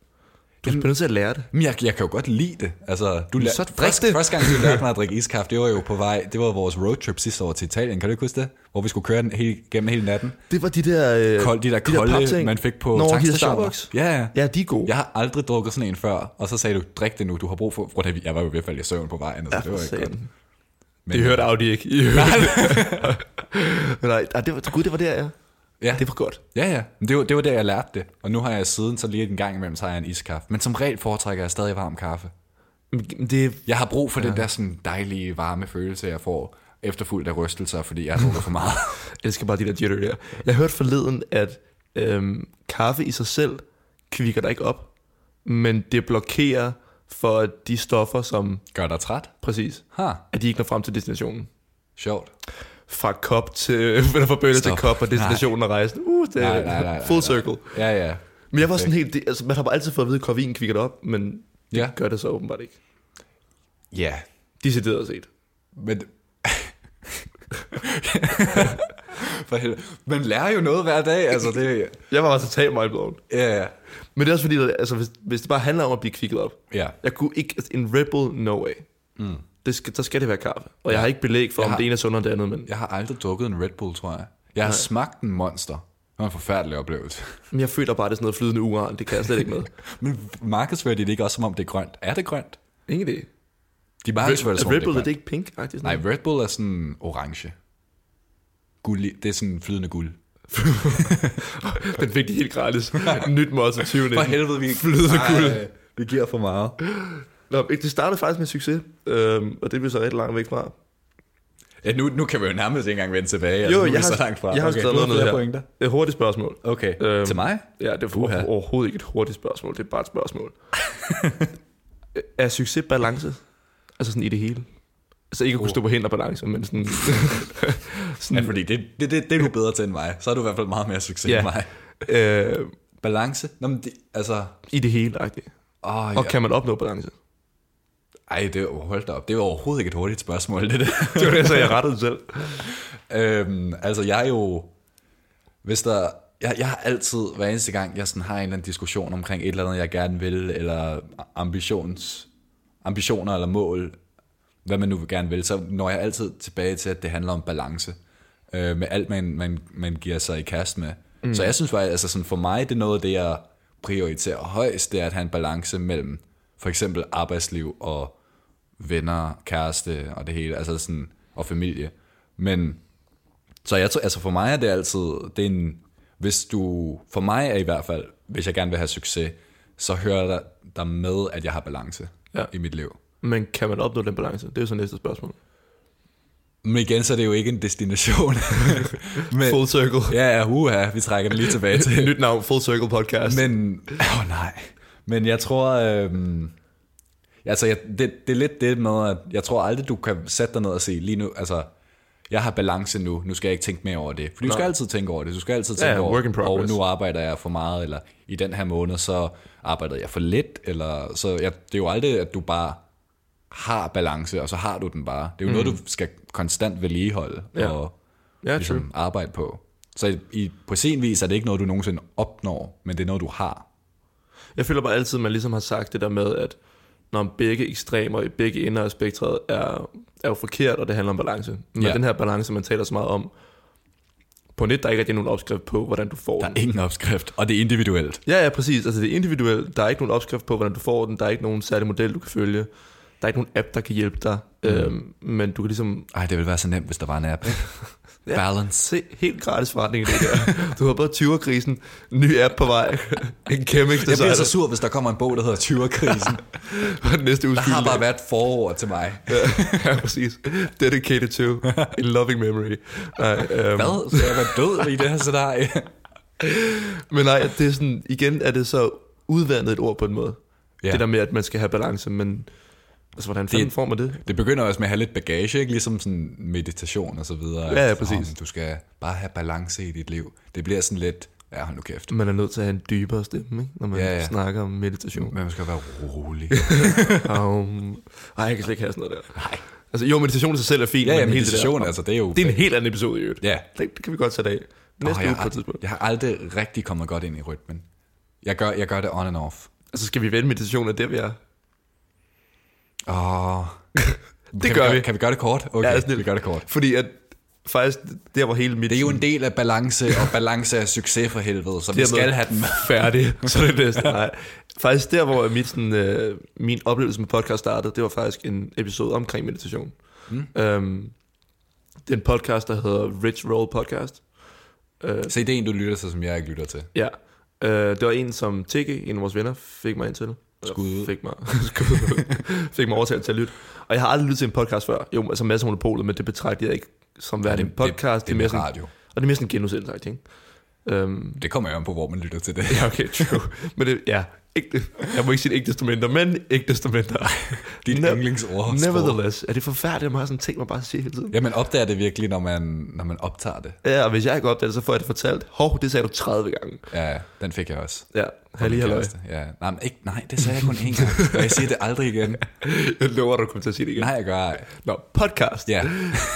Speaker 2: Du er nødt til at lære det.
Speaker 1: Men jeg, jeg kan jo godt lide det. Altså, du lær,
Speaker 2: så
Speaker 1: så
Speaker 2: drik
Speaker 1: første,
Speaker 2: det.
Speaker 1: første gang, du lærte mig at drikke iskaffe, det var jo på vej, det var vores roadtrip sidste år til Italien. Kan du ikke huske det? Hvor vi skulle køre den hele, gennem hele natten.
Speaker 2: Det var de der... Øh,
Speaker 1: Kold, de der kolde,
Speaker 2: papting.
Speaker 1: man fik på
Speaker 2: Nå, de der
Speaker 1: tankstationer.
Speaker 2: Starbucks.
Speaker 1: Ja, ja.
Speaker 2: Ja, de er gode.
Speaker 1: Jeg har aldrig drukket sådan en før, og så sagde du, drik det nu, du har brug for... Prøv at høre, jeg var jo i hvert fald i søvn på vejen, altså, ja, det var ikke godt.
Speaker 2: Men, det hørte Audi ikke. I hørte. Men nej, nej, det var, gud, det var der, ja.
Speaker 1: Ja,
Speaker 2: Det var godt.
Speaker 1: ja, ja. Men det, var, det var der, jeg lærte det, og nu har jeg siden, så lige en gang imellem, tager jeg en iskaffe. Men som regel foretrækker jeg stadig varm kaffe.
Speaker 2: Men Det,
Speaker 1: Jeg har brug for ja. den der sådan dejlige, varme følelse, jeg får efterfuldt af rystelser, fordi jeg har drukket for meget.
Speaker 2: jeg elsker bare de der jitter der. Jeg hørte forleden, at øhm, kaffe i sig selv kvikker dig ikke op, men det blokerer for de stoffer, som
Speaker 1: Gør dig træt?
Speaker 2: præcis,
Speaker 1: Ha,
Speaker 2: at de ikke når frem til destinationen.
Speaker 1: sjovt.
Speaker 2: Fra kop til, eller fra bøller til
Speaker 1: Stop.
Speaker 2: kop og destinationen og rejsen. Uh, det er
Speaker 1: Nej, nej, nej, nej,
Speaker 2: full
Speaker 1: nej.
Speaker 2: circle.
Speaker 1: Ja, ja.
Speaker 2: Men jeg var sådan helt, det, altså man har bare altid fået at vide, at koffein kvikker det op, men det
Speaker 1: Ja.
Speaker 2: ja. gør det så åbenbart ikke.
Speaker 1: Ja,
Speaker 2: Decideret set.
Speaker 1: Men... For helvede. Man lærer jo noget hver dag, altså det...
Speaker 2: Jeg var altså totalt mindblown.
Speaker 1: Ja, ja.
Speaker 2: Men det er også fordi, at, altså, hvis, hvis det bare handler om at blive kvikket op,
Speaker 1: Ja.
Speaker 2: jeg kunne ikke, altså, en Red Bull, no way. Mm. Det skal, så skal det være kaffe. Og jeg har ikke belæg for, om
Speaker 1: har-
Speaker 2: det ene er sundere end det andet, men,
Speaker 1: Jeg har aldrig drukket en Red Bull, tror jeg. Jeg har smagt en monster. Det var en forfærdelig oplevelse.
Speaker 2: men jeg føler bare, at det er sådan noget flydende uran. Det kan jeg slet ikke med.
Speaker 1: Men markedsfører de det ikke også, som om det er grønt? Er det grønt?
Speaker 2: Ingen idé.
Speaker 1: De
Speaker 2: Red,
Speaker 1: markedsfører det, som om
Speaker 2: Red Bull, er
Speaker 1: grønt.
Speaker 2: det ikke pink? Faktisk,
Speaker 1: Nej, Red Bull er sådan orange. Guld, det er sådan flydende guld.
Speaker 2: Den fik de helt gratis. Nyt motto 20
Speaker 1: For helvede, vi
Speaker 2: Flydende guld.
Speaker 1: Vi giver for meget.
Speaker 2: Nå, ikke, det startede faktisk med succes, øhm, og det blev så ret langt væk fra.
Speaker 1: Ja, nu, nu kan vi jo nærmest ikke engang vende tilbage. Altså,
Speaker 2: Jo,
Speaker 1: nu er
Speaker 2: jeg
Speaker 1: vi
Speaker 2: har-
Speaker 1: så langt fra.
Speaker 2: jeg har
Speaker 1: okay,
Speaker 2: skrevet
Speaker 1: du
Speaker 2: noget ned
Speaker 1: flere
Speaker 2: her.
Speaker 1: pointer.
Speaker 2: Et hurtigt spørgsmål.
Speaker 1: Okay,
Speaker 2: Øhm,
Speaker 1: til mig?
Speaker 2: Ja, det er
Speaker 1: Uha.
Speaker 2: uh-huh. overhovedet ikke et hurtigt spørgsmål. Det er bare et spørgsmål. er succes balance? Altså sådan i det hele? Altså ikke at kunne stå på hænder balance, men sådan...
Speaker 1: Ja,
Speaker 2: sådan
Speaker 1: fordi det, det, det, det er du bedre til end mig. Så er du i hvert fald meget mere succes
Speaker 2: Ja.
Speaker 1: end mig.
Speaker 2: øh,
Speaker 1: Balance? Nå, men det, altså...
Speaker 2: I det hele, agtigt.
Speaker 1: Åh, ja.
Speaker 2: Og kan man opnå balance?
Speaker 1: Ej, det er, hold da op. Det var overhovedet ikke et hurtigt spørgsmål, det der.
Speaker 2: Det var det, så jeg rettede det selv.
Speaker 1: øhm, altså, jeg er jo... Hvis der... Jeg, jeg har altid, hver eneste gang, jeg sådan har en eller anden diskussion omkring et eller andet, jeg gerne vil, eller ambitions, ambitioner eller mål, hvad man nu vil gerne vil, så når jeg altid tilbage til, at det handler om balance. Øh, med alt, man, man, man giver sig i kast med. Mm. Så jeg synes faktisk, altså sådan for mig, det er noget af det, jeg prioriterer højst, det er at have en balance mellem for eksempel arbejdsliv og venner, kæreste og det hele, altså sådan, og familie. Men så jeg tror, altså for mig er det altid, det er en, hvis du, for mig er i hvert fald, hvis jeg gerne vil have succes, så hører der, der med, at jeg har balance
Speaker 2: Ja.
Speaker 1: i mit liv.
Speaker 2: Men kan man opnå den balance? Det er jo så næste spørgsmål.
Speaker 1: Men igen, så er det jo ikke en destination. Men,
Speaker 2: Full Circle.
Speaker 1: ja, ja, uha, vi trækker den lige tilbage til.
Speaker 2: Nyt navn, Full Circle Podcast.
Speaker 1: Men, åh oh, nej. Men jeg tror, øhm, altså jeg, det, det er lidt det med, at jeg tror aldrig, du kan sætte dig ned og sige, lige nu, altså, jeg har balance nu, nu skal jeg ikke tænke mere over det. For du skal altid tænke over det, du skal altid tænke
Speaker 2: ja,
Speaker 1: over,
Speaker 2: work in
Speaker 1: og
Speaker 2: progress.
Speaker 1: nu arbejder jeg for meget, eller i den her måned, så arbejdede jeg for lidt, eller så jeg, det er jo aldrig, at du bare har balance, og så har du den bare. Det er jo mm. noget, du skal konstant vedligeholde, ja. og
Speaker 2: ja, true.
Speaker 1: ligesom, arbejde på. Så i, i, på sin vis er det ikke noget, du nogensinde opnår, men det er noget, du har.
Speaker 2: Jeg føler bare altid, at man ligesom har sagt det der med, at når begge ekstremer i begge ender af spektret er, er jo forkert, og det handler om balance. Men
Speaker 1: Ja.
Speaker 2: den her balance, man taler så meget om, på net, der er ikke rigtig nogen opskrift på, hvordan du får
Speaker 1: Der
Speaker 2: den.
Speaker 1: er ingen opskrift, og det er individuelt.
Speaker 2: Ja, ja, præcis. Altså det er individuelt. Der er ikke nogen opskrift på, hvordan du får den. Der er ikke nogen særlig model, du kan følge. Der er ikke nogen app, der kan hjælpe dig. Mm. Øhm, men du kan ligesom
Speaker 1: Ej, det ville være så nemt, hvis der var en app. ja. Balance.
Speaker 2: se helt gratis forretning i det der. du har både 20'er-krisen, ny app på vej, en kæmpe
Speaker 1: Jeg bliver så
Speaker 2: design,
Speaker 1: sur, hvis der kommer en bog, der hedder 20'er-krisen.
Speaker 2: og den næste uges
Speaker 1: Der har
Speaker 2: hylde.
Speaker 1: bare været et forår til mig.
Speaker 2: ja, præcis. Dedicated to in loving memory. Nej, øhm,
Speaker 1: Hvad? Skal jeg være død i det her scenarie?
Speaker 2: Men nej, det er sådan, igen er det så udvandet et ord på en måde.
Speaker 1: Ja.
Speaker 2: Ja. Det der med, at man skal have balance, men altså, hvordan fanden får man det?
Speaker 1: Det begynder også med at have lidt bagage, ikke? Ligesom sådan meditation og så videre.
Speaker 2: Ja, ja,
Speaker 1: At,
Speaker 2: præcis.
Speaker 1: "Åh, men Du skal bare have balance i dit liv. Det bliver sådan lidt, ja, hold nu kæft.
Speaker 2: Man er nødt til at have en dybere stemme, ikke? når man
Speaker 1: Ja,
Speaker 2: ja,
Speaker 1: ja.
Speaker 2: ja. snakker om meditation.
Speaker 1: Men man skal være rolig.
Speaker 2: um, ej, jeg kan slet ikke have sådan noget der. Nej. Altså jo, meditation i sig selv er fint,
Speaker 1: Ja, ja,
Speaker 2: men hele
Speaker 1: meditation,
Speaker 2: det, der,
Speaker 1: altså, det er jo...
Speaker 2: det er en helt anden episode i øvrigt.
Speaker 1: Ja.
Speaker 2: Det, det kan vi godt sætte af.
Speaker 1: Åh,
Speaker 2: Næste
Speaker 1: jeg,
Speaker 2: uge på
Speaker 1: har,
Speaker 2: et tidspunkt.
Speaker 1: jeg har aldrig rigtig kommet godt ind i rytmen. Jeg gør, jeg gør det on and off.
Speaker 2: Altså skal vi vende meditation af det, vi er?
Speaker 1: Åh... Det kan
Speaker 2: gør
Speaker 1: gøre,
Speaker 2: vi.
Speaker 1: Kan vi gøre det kort? Okay,
Speaker 2: Ja,
Speaker 1: ja,
Speaker 2: snilt.
Speaker 1: vi gør det kort.
Speaker 2: Fordi at faktisk, der var hele mit...
Speaker 1: Det er jo en del af balance, og balance er succes for helvede, så vi
Speaker 2: Dermed
Speaker 1: skal have den med.
Speaker 2: færdig. Så det er næste. Nej. Faktisk der, hvor mit, sådan, øh, min oplevelse med podcast startede, det var faktisk en episode omkring meditation. Mm. Øhm, det er en podcast, der hedder Rich Roll Podcast. Øh,
Speaker 1: Så ideen, du lytter til, som jeg ikke lytter til.
Speaker 2: ja. Øh, det var en, som TG, en af vores venner, fik mig ind til. Eller
Speaker 1: Skud ud.
Speaker 2: Fik mig, skud ud. fik mig overtalt til at lytte. Og jeg har aldrig lyttet til en podcast før. Jo, altså masser af monopolet, men det betragter jeg ikke som værende en podcast.
Speaker 1: det, det,
Speaker 2: mere
Speaker 1: det er
Speaker 2: sådan,
Speaker 1: radio.
Speaker 2: og det er mere sådan en genudsendelse, ikke? Øhm,
Speaker 1: Det kommer jo an på, hvor man lytter til det.
Speaker 2: Ja, okay, true. Men det, ja, ikke, jeg må ikke sige ikke desto mindre, men ikke desto mindre.
Speaker 1: Dit
Speaker 2: Ne-
Speaker 1: yndlingsord.
Speaker 2: Nevertheless, er det forfærdeligt, at man har sådan ting, man bare siger hele tiden.
Speaker 1: Ja, man opdager det virkelig, når man, når man optager det.
Speaker 2: Ja, og hvis jeg ikke opdager det, så får jeg det fortalt. Hov, det sagde du 30 gange.
Speaker 1: Ja, den fik jeg også.
Speaker 2: Ja, her lige halløj.
Speaker 1: Kæreste. Ja. Nej, men ikke, nej, det sagde jeg kun én gang, og jeg siger det aldrig igen.
Speaker 2: Jeg lover, at du kommer til at sige det igen.
Speaker 1: Nej, jeg gør ej.
Speaker 2: Nå, podcast.
Speaker 1: Ja.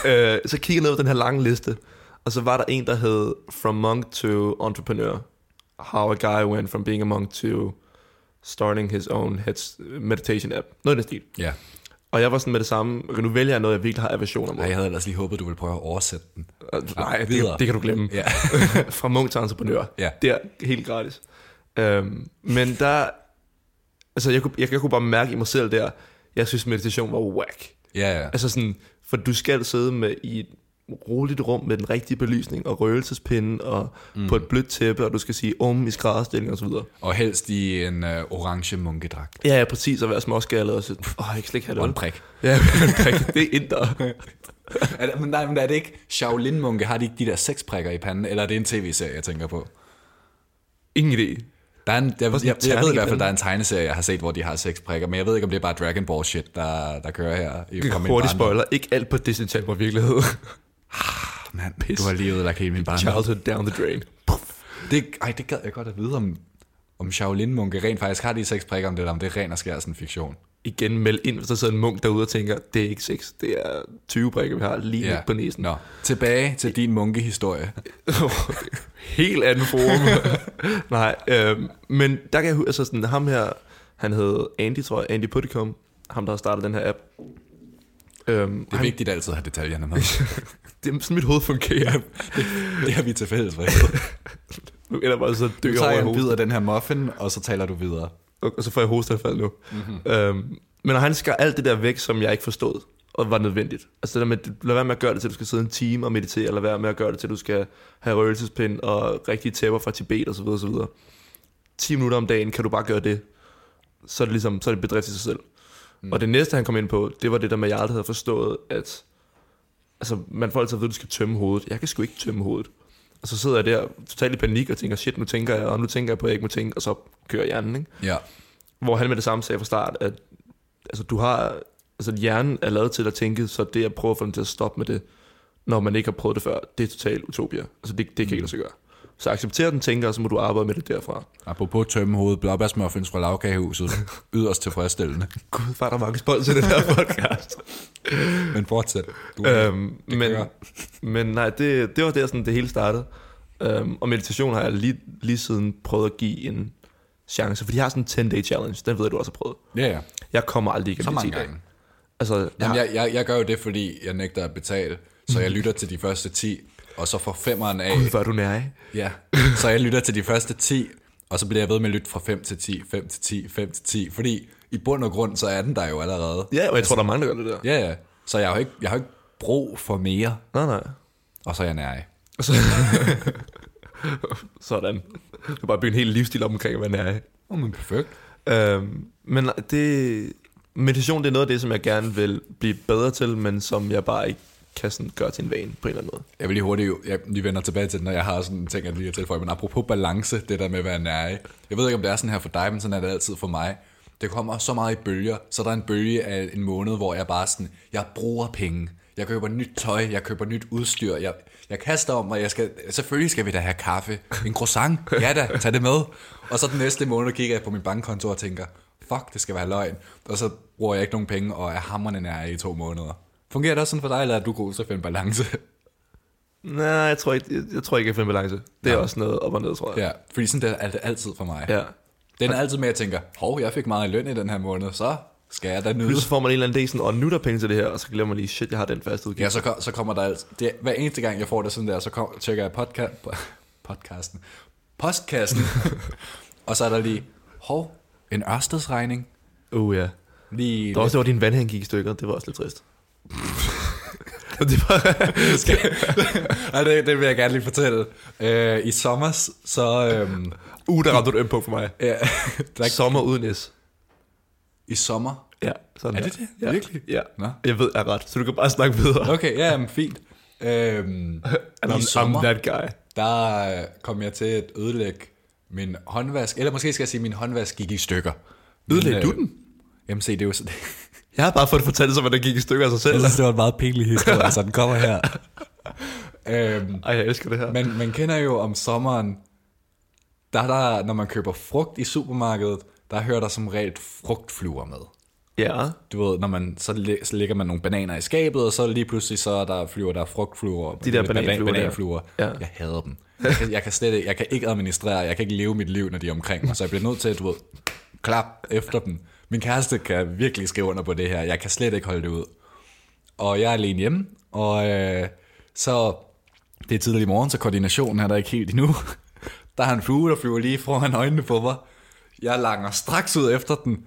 Speaker 2: øh, så kigger jeg ned på den her lange liste, og så var der en, der hed From Monk to Entrepreneur. How a guy went from being a monk to starting his own heads meditation app. Noget i den stil.
Speaker 1: ja.
Speaker 2: Og jeg var sådan med det samme, okay, nu vælger jeg noget, jeg virkelig har aversioner mod.
Speaker 1: Ej, jeg havde ellers lige håbet, du ville prøve at oversætte den.
Speaker 2: Og- Nej, det,
Speaker 1: videre.
Speaker 2: det kan du glemme.
Speaker 1: Ja.
Speaker 2: Fra munk til entreprenør.
Speaker 1: Ja.
Speaker 2: Det er helt gratis. Øhm, men der... Altså, jeg kunne, jeg, jeg kunne bare mærke i mig selv der, jeg synes meditation var whack.
Speaker 1: Ja, ja.
Speaker 2: Altså sådan, for du skal sidde med i et roligt rum med den rigtige belysning og røgelsespinde og mm. på et blødt tæppe, og du skal sige om i skrædderstilling og så videre.
Speaker 1: Og helst i en øh, orange munkedragt.
Speaker 2: Ja, ja, præcis, og være småskaldet og så, åh, jeg kan slet ikke have det.
Speaker 1: Og en
Speaker 2: vel?"
Speaker 1: prik.
Speaker 2: Ja, prik, det er inder.
Speaker 1: Er det, men nej, men er det ikke Shaolin-munke? Har de ikke de der seks prikker i panden? Eller er det en tv-serie, jeg tænker på?
Speaker 2: Ingen idé.
Speaker 1: Der er en, jeg, jeg,
Speaker 2: sådan en
Speaker 1: jeg, jeg ved i
Speaker 2: terning i
Speaker 1: hvert fald,
Speaker 2: panden?
Speaker 1: der er en tegneserie, jeg har set, hvor de har seks prikker. Men jeg ved ikke, om det er bare Dragon Ball shit, der, der kører her. I, fra min
Speaker 2: Hurtig
Speaker 1: barndom.
Speaker 2: spoiler, ikke alt på Disney Channel var virkelighed.
Speaker 1: Mand, du har lige ødelagt hele min barndom.
Speaker 2: Childhood down the drain.
Speaker 1: Det, ej, det gad jeg godt at vide, om, om Shaolin-munke rent faktisk har de seks prikker, om det, eller om det er ren og skær sådan fiktion.
Speaker 2: igen meld ind, hvis der sidder en munk derude og tænker, det er ikke sex, det er 20 brikker, vi har lige yeah. på næsen.
Speaker 1: Nå, tilbage til din munkehistorie.
Speaker 2: Helt anden forum. Nej, øhm, men der kan jeg huske, altså sådan, ham her, han hed Andy, tror jeg, Andy Putticum, ham der har startet den her app. Øhm,
Speaker 1: Det er vigtigt altid at have detaljerne med.
Speaker 2: det er sådan, mit hoved fungerer.
Speaker 1: Det har vi til fælles. hva'?
Speaker 2: Nu ender jeg bare så
Speaker 1: Nu
Speaker 2: dykker
Speaker 1: tager jeg
Speaker 2: over i
Speaker 1: en
Speaker 2: hovedet,
Speaker 1: bid af den her muffin, og så taler du videre.
Speaker 2: og så får jeg hosteanfald nu. Mm-hmm. Øhm, men han skar alt det der væk, som jeg ikke forstod, og var nødvendigt. Altså det der med, lad være med at gøre det til, du skal sidde en time og meditere, eller lad være med at gøre det til, du skal have røgelsespind og rigtige tæpper fra Tibet osv. osv. 10 minutter om dagen kan du bare gøre det. Så er det ligesom, så er det bedrift i sig selv. Mm. Og det næste, han kom ind på, det var det der med, at jeg aldrig havde forstået, at altså, man får altid at vide, at du skal tømme hovedet. Jeg kan sgu ikke tømme hovedet. Og så sidder jeg der totalt i panik og tænker, shit, nu tænker jeg, og nu tænker jeg på, at jeg ikke må tænke, og så kører hjernen, ikke?
Speaker 1: Ja.
Speaker 2: Hvor han med det samme sagde fra start, at altså, du har, altså, hjernen er lavet til at tænke, så det at prøve at få den til at stoppe med det, når man ikke har prøvet det før, det er totalt utopia. Altså det, det
Speaker 1: Mm.
Speaker 2: kan ikke lade sig gøre. Så accepter den tænker, og så må du arbejde med det derfra.
Speaker 1: Apropos tømme hovedet, blåbærsmuffins fra lavkagehuset, yderst tilfredsstillende.
Speaker 2: Gud, var der mange sponsor i den her podcast.
Speaker 1: Men fortsæt. Du,
Speaker 2: øhm, men,
Speaker 1: kører.
Speaker 2: men nej, det, det var der, sådan, det hele startede. Øhm, og meditation har jeg lige, lige siden prøvet at give en chance, for de har sådan en 10-day challenge, den ved jeg, du også har prøvet.
Speaker 1: ja, ja.
Speaker 2: Jeg kommer aldrig
Speaker 1: Så
Speaker 2: igennem de 10
Speaker 1: mange
Speaker 2: dage.
Speaker 1: gange.
Speaker 2: Altså, jeg,
Speaker 1: Jamen,
Speaker 2: har-
Speaker 1: jeg, jeg, jeg gør jo det, fordi jeg nægter at betale, så jeg lytter til de første 10, og så får femmeren af.
Speaker 2: Gud, hvor er du nær, ikke?
Speaker 1: Ja, så jeg lytter til de første 10, og så bliver jeg ved med at lytte fra 5 til 10, 5 til 10, 5 til 10, fordi i bund og grund, så er den der jo allerede.
Speaker 2: Altså- Ja, og jeg tror, der er mange, der gør det der.
Speaker 1: Ja, ja. Så jeg har jo ikke, jeg har jo ikke brug for mere,
Speaker 2: Nej, nej.
Speaker 1: og så er jeg nær af.
Speaker 2: Og så... Sådan. Du kan bare bygge en hel livsstil op omkring, hvad den er.
Speaker 1: Oh, men perfekt.
Speaker 2: Øhm, men nej, det, meditation det er noget af det, som jeg gerne vil blive bedre til, men som jeg bare ikke kan sådan gøre til en vane på en eller anden måde.
Speaker 1: Jeg vil lige hurtigt, jeg lige vender tilbage til det, når jeg har sådan en ting, jeg lige har tilføjet, men apropos balance, det der med at være nær. i. Jeg ved ikke, om det er sådan her for dig, men sådan er det altid for mig. Det kommer så meget i bølger, så der er en bølge af en måned, hvor jeg bare sådan, jeg bruger penge, jeg køber nyt tøj, jeg køber nyt udstyr, jeg, jeg kaster om mig, jeg skal, selvfølgelig skal vi da have kaffe, en croissant, ja da, tag det med. Og så den næste måned kigger jeg på min bankkonto og tænker, fuck, det skal være løgn. Og så bruger jeg ikke nogen penge og er hammerne nær i to måneder. Fungerer det også sådan for dig, eller er du god til at finde balance?
Speaker 2: Nej, jeg tror ikke, jeg, jeg tror ikke, jeg finder balance. Det er
Speaker 1: Nej.
Speaker 2: også noget op og ned, tror jeg.
Speaker 1: Ja, fordi sådan der er det altid for mig.
Speaker 2: ja.
Speaker 1: Den er altid med, at jeg tænker, hov, jeg fik meget i løn i den her måned, så skal jeg da nyde.
Speaker 2: Pludselig får man en eller anden idé, sådan, og nu er der penge til det her, og så glemmer man lige, shit, jeg har den faste udgift.
Speaker 1: Ja, så, kom- så kommer der altid, det, hver eneste gang, jeg får det sådan der, så kom, tjekker jeg podca- po- podcasten, postkassen, og så er der lige, hov, en Ørstedsregning.
Speaker 2: Uh, ja.
Speaker 1: Lige,
Speaker 2: Det var også, det var din vandhæng gik i stykker, det var også lidt trist. Og det var,
Speaker 1: Ej, det, det vil jeg gerne lige fortælle. Øh, I sommer, så... Øhm,
Speaker 2: uh, der ramte du et øm punkt for mig.
Speaker 1: ja, der er,
Speaker 2: Sommer uden S.
Speaker 1: I sommer?
Speaker 2: Ja, sådan
Speaker 1: Er
Speaker 2: her.
Speaker 1: det det?
Speaker 2: Ja.
Speaker 1: Virkelig?
Speaker 2: Ja.
Speaker 1: Nå.
Speaker 2: Jeg ved, jeg er ret, så du kan bare snakke videre.
Speaker 1: Okay, ja, jamen, fint. Øhm,
Speaker 2: And I'm,
Speaker 1: I sommer?
Speaker 2: I'm that guy.
Speaker 1: der øh, kom jeg til at ødelægge min håndvask, eller måske skal jeg sige, at min håndvask gik i stykker.
Speaker 2: Ødelagde
Speaker 1: Men,
Speaker 2: du
Speaker 1: øh, Jamen se, det er jo sådan,
Speaker 2: Jeg har bare fået fortalt, som at der gik i stykker af sig selv.
Speaker 1: jeg synes, det var en meget pinlig historie, så den kommer her. øhm,
Speaker 2: Ej, jeg elsker det her.
Speaker 1: men man kender jo om sommeren, der er der, når man køber frugt i supermarkedet, der hører der som regel frugtfluer med.
Speaker 2: ja.
Speaker 1: Du ved, når man, så, læ- så lægger man nogle bananer i skabet, og så lige pludselig så er der flyver, der er frugtfluer.
Speaker 2: De der
Speaker 1: Bana-
Speaker 2: bananfluer der.
Speaker 1: bananfluer.
Speaker 2: Ja.
Speaker 1: Jeg hader dem. Jeg kan, jeg kan slet ikke, jeg kan ikke administrere, jeg kan ikke leve mit liv, når de er omkring mig, så jeg bliver nødt til at, du ved, klap efter dem. Min kæreste kan virkelig skrive under på det her, jeg kan slet ikke holde det ud. Og jeg er alene hjemme, og øh, så, det er tidligt i morgen, så koordinationen er der ikke helt endnu. Der er en flue, der flyver lige foran øjnene på mig. Jeg langer straks ud efter den,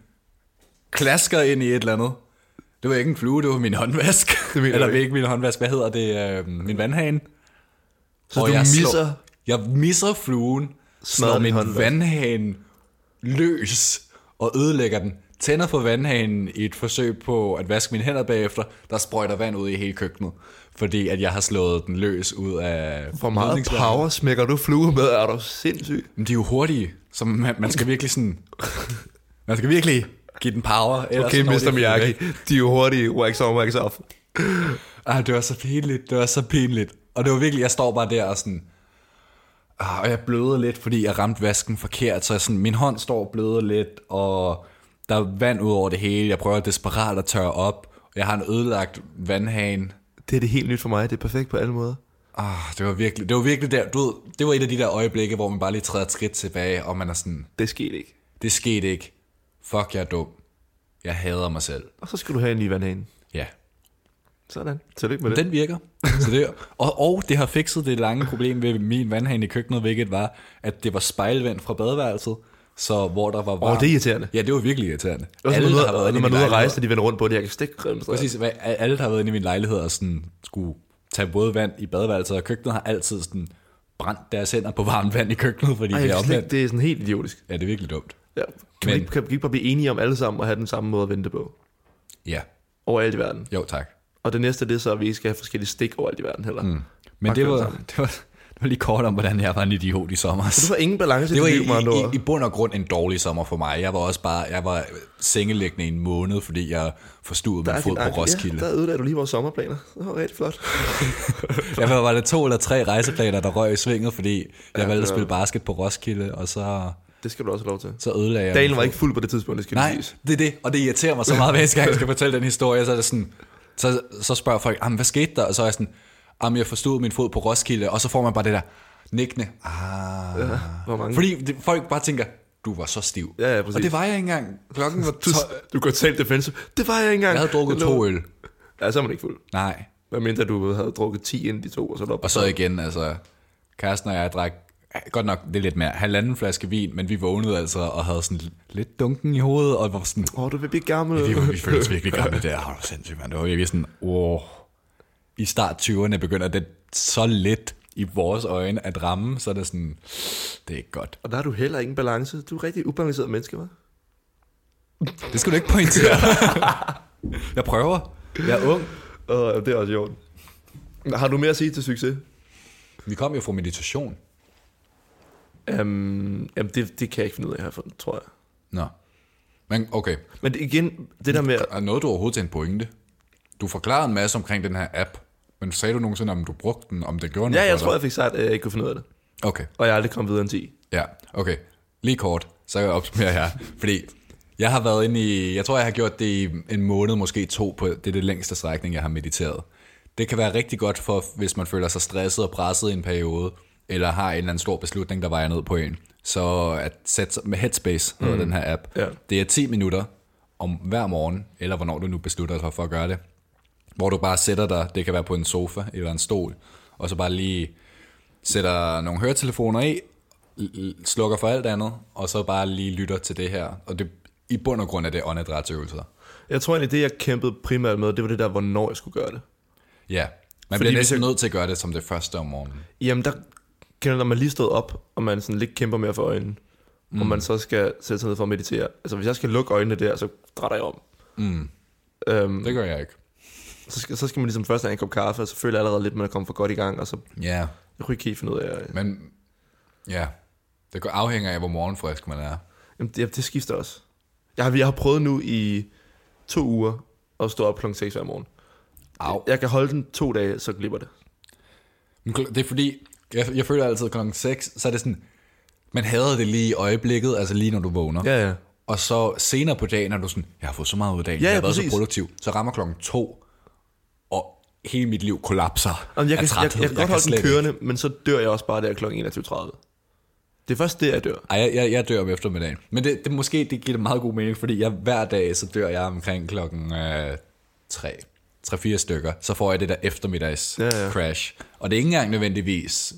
Speaker 1: klasker ind i et eller andet. Det var ikke en flue, det var min håndvask.
Speaker 2: mener
Speaker 1: eller
Speaker 2: du
Speaker 1: det er ikke min håndvask, hvad hedder det? Øh, min vandhane.
Speaker 2: Så du misser
Speaker 1: Slår, jeg misser fluen, slår
Speaker 2: din
Speaker 1: min
Speaker 2: håndvask.
Speaker 1: vandhane løs og ødelægger den. Tænder på vandhanen i et forsøg på at vaske mine hænder bagefter. Der sprøjter vand ud i hele køkkenet, fordi at jeg har slået den løs ud af...
Speaker 2: Hvor meget
Speaker 1: ledningsvandet.
Speaker 2: power smækker du flue med? Er du sindssyg?
Speaker 1: Men de er jo hurtige, så man, man skal virkelig sådan... Man skal virkelig give den power. ellers
Speaker 2: Okay,
Speaker 1: så når de
Speaker 2: Mr.
Speaker 1: ikke væk.
Speaker 2: Miyagi. De er jo hurtige. Wax on, wax off.
Speaker 1: Ej, Ah, det var så pinligt, det var så pinligt. Og det var virkelig, jeg står bare der og sådan... Ah, og jeg bløder lidt, fordi jeg ramte vasken forkert, så jeg sådan, min hånd står og bløder lidt, og der er vand ud over det hele. Jeg prøver desperat at tørre op. Jeg har en ødelagt vandhane.
Speaker 2: Det er det helt nyt for mig. Det er perfekt på alle måder.
Speaker 1: Ah, det var virkelig, det var virkelig der, du ved, det var et af de der øjeblikke, hvor man bare lige træder et skridt tilbage, og man er sådan,
Speaker 2: Det skete ikke.
Speaker 1: det skete ikke. Fuck, jeg er dum. Jeg hader mig selv.
Speaker 2: Og så skal du have en ny vandhane.
Speaker 1: Ja.
Speaker 2: Sådan. Tillykke med det.
Speaker 1: Den virker. Så det, og, og det har fikset det lange problem ved min vandhane i køkkenet, hvilket var, at det var spejlvendt fra badeværelset, så hvor der var varmt.
Speaker 2: Åh, det er irriterende.
Speaker 1: Ja, det var virkelig irriterende.
Speaker 2: Også når man
Speaker 1: der
Speaker 2: er ude- når
Speaker 1: min
Speaker 2: man er ude at
Speaker 1: lejlighed-
Speaker 2: rejse, og de vender rundt på det. Jeg kan stikke grimt.
Speaker 1: Præcis, hvad- alle, der har været inde i min lejlighed og sådan skulle tage både vand i badeværelset og køkkenet, har altid sådan brændt deres hænder på varmt vand i køkkenet, fordi
Speaker 2: Ej,
Speaker 1: det
Speaker 2: jeg
Speaker 1: er
Speaker 2: kan slet ikke-
Speaker 1: omvendt.
Speaker 2: det er sådan helt idiotisk.
Speaker 1: Ja, det er virkelig dumt.
Speaker 2: Ja. Kan,
Speaker 1: Men-
Speaker 2: vi, ikke- kan vi ikke bare blive enige om alle sammen at have den samme måde at vente på?
Speaker 1: Ja,
Speaker 2: Overalt i verden.
Speaker 1: jo tak.
Speaker 2: Og det næste det er så, at vi ikke skal have forskellige stik overalt i verden heller. Mm.
Speaker 1: Men det var, det, var, det var lige kort om, hvordan jeg var en idiot i sommer.
Speaker 2: Du får ingen balance i
Speaker 1: Det var
Speaker 2: dit
Speaker 1: i,
Speaker 2: liv, med andre ord.
Speaker 1: i, i, i bund og grund en dårlig sommer for mig. Jeg var også bare, jeg var sengelæggende i en måned, fordi jeg forstuede
Speaker 2: Der er
Speaker 1: min fod
Speaker 2: din
Speaker 1: på
Speaker 2: anke.
Speaker 1: Roskilde.
Speaker 2: Ja, der ødelagde du lige vores sommerplaner. Det var rigtig flot.
Speaker 1: Jeg ved, var det to eller tre rejseplaner, der røg i svinget, fordi jeg valgte at spille basket på Roskilde, og så,
Speaker 2: Det skal du også have lov til.
Speaker 1: så ødelagde jeg
Speaker 2: Dalen
Speaker 1: min
Speaker 2: var
Speaker 1: fod.
Speaker 2: ikke fuld på det tidspunkt, det skal
Speaker 1: Nej,
Speaker 2: siges.
Speaker 1: det er det, og det irriterer mig så meget, hver eneste gang jeg skal fortælle den historie, så er det sådan, så, så spørger folk, "Jamen, hvad skete der? Og så er jeg sådan, "Jamen, jeg forstod min fod på Roskilde, og så får man bare det der nikkende. Ah. Ja,
Speaker 2: hvor mange?
Speaker 1: Fordi det, folk bare tænker, du var så stiv.
Speaker 2: Ja, ja, præcis.
Speaker 1: Og det var jeg ikke engang. Klokken var
Speaker 2: Du,
Speaker 1: 12.
Speaker 2: du går totalt defensive. Det var jeg ikke engang.
Speaker 1: Jeg havde drukket
Speaker 2: Nå.
Speaker 1: to øl.
Speaker 2: Ja, så er man ikke fuld.
Speaker 1: Nej.
Speaker 2: Hvad mindre du havde drukket 10 inden de to, og så var
Speaker 1: Og så igen, altså, kæresten og jeg drak, godt nok, det er lidt mere, halvanden flaske vin, men vi vågnede altså, og havde sådan lidt dunken i hovedet, og var sådan,
Speaker 2: Åh, oh, du vil blive gammel.
Speaker 1: Vi, vi føles virkelig gamle der. Har du sindssygt, mand. Det var virkelig sådan, wow. I start 20'erne begynder det så let i vores øjne at ramme, så er det sådan, det er ikke godt.
Speaker 2: Og der har du heller ingen balance. Du er rigtig ubalanceret menneske, hva'?
Speaker 1: Det skal du ikke pointere. jeg prøver. Jeg er ung.
Speaker 2: Åh, oh, det er også i orden. Har du mere at sige til succes?
Speaker 1: Vi kom jo fra meditation.
Speaker 2: Um, jamen, det, det kan jeg ikke finde ud af her, for, tror jeg.
Speaker 1: Nå. Men okay,
Speaker 2: Men det- igen, det der med...
Speaker 1: er noget du overhovedet til en pointe? Du forklarede en masse omkring den her app, men sagde du nogensinde, om du brugte den, om det gjorde noget
Speaker 2: Ja, jeg
Speaker 1: for
Speaker 2: tror,
Speaker 1: dig?
Speaker 2: jeg fik sagt, at jeg ikke kunne finde ud af det.
Speaker 1: Okay.
Speaker 2: Og jeg er aldrig kommet videre end 10.
Speaker 1: Ja, okay. Lige kort, så jeg opsummerer her. Fordi jeg har været inde i, jeg tror jeg har gjort det i en måned, måske to, på det er det længste strækning, jeg har mediteret. Det kan være rigtig godt for, hvis man føler sig stresset og presset i en periode, eller har en eller anden stor beslutning, der vejer ned på en. Så at sætte sig- med Headspace, hedder mm. den her app.
Speaker 2: Ja.
Speaker 1: Det er 10 minutter om hver morgen, eller hvornår du nu beslutter dig for at gøre det, hvor du bare sætter dig, det kan være på en sofa eller en stol, og så bare lige sætter nogle høretelefoner i, l- l- slukker for alt andet, og så bare lige lytter til det her. Og det, i bund og grund er det åndedrætsøvelser.
Speaker 2: Jeg tror egentlig, det jeg kæmpede primært med, det var det der, hvornår jeg skulle gøre det.
Speaker 1: Ja, man
Speaker 2: Fordi
Speaker 1: bliver
Speaker 2: hvis
Speaker 1: næsten nødt til at gøre det som det første om morgenen.
Speaker 2: Jamen, der kender du, når man lige stod op, og man sådan lidt kæmper mere for øjnene, mm. og man så skal sætte sig ned for at meditere. Altså, hvis jeg skal lukke øjnene der, så drætter jeg om. Mm. Øhm,
Speaker 1: Det gør jeg ikke.
Speaker 2: så, skal, så skal man ligesom først have en kop kaffe, og så føler jeg allerede lidt, at man er kommet for godt i gang, og så
Speaker 1: Ja,
Speaker 2: jeg kunne ikke helt finde ud af...
Speaker 1: men ja, det går- afhænger af, hvor morgenfrisk man er.
Speaker 2: Jamen, det, jamen, det skifter også. Jeg har, jeg har prøvet nu i to uger at stå op klokken 6 hver morgen.
Speaker 1: Au.
Speaker 2: Jeg kan holde den to dage, så glipper det.
Speaker 1: Men kl- Det er fordi, jeg, jeg føler altid klokken 6, så er det sådan, man hader det lige i øjeblikket, altså lige når du vågner.
Speaker 2: Ja, ja.
Speaker 1: Og så senere på dagen er du sådan, jeg har fået så meget ud af dagen,
Speaker 2: Ja,
Speaker 1: jeg
Speaker 2: ja,
Speaker 1: har været
Speaker 2: præcis.
Speaker 1: så produktiv. Så rammer klokken to, og hele mit liv kollapser
Speaker 2: Jamen, jeg,
Speaker 1: af
Speaker 2: kan, jeg, jeg,
Speaker 1: træthed.
Speaker 2: jeg kan godt holde
Speaker 1: slet
Speaker 2: den
Speaker 1: ikke.
Speaker 2: kørende, men så dør jeg også bare der kl. 21.30. Det er først der, jeg dør.
Speaker 1: Ej, jeg, jeg, jeg dør om eftermiddagen. Men det, det måske det giver det meget god mening, fordi jeg hver dag, så dør jeg omkring klokken øh, 3 3-4 stykker, så får jeg det der eftermiddags
Speaker 2: Ja, ja.
Speaker 1: crash. Og det er ikke engang nødvendigvis,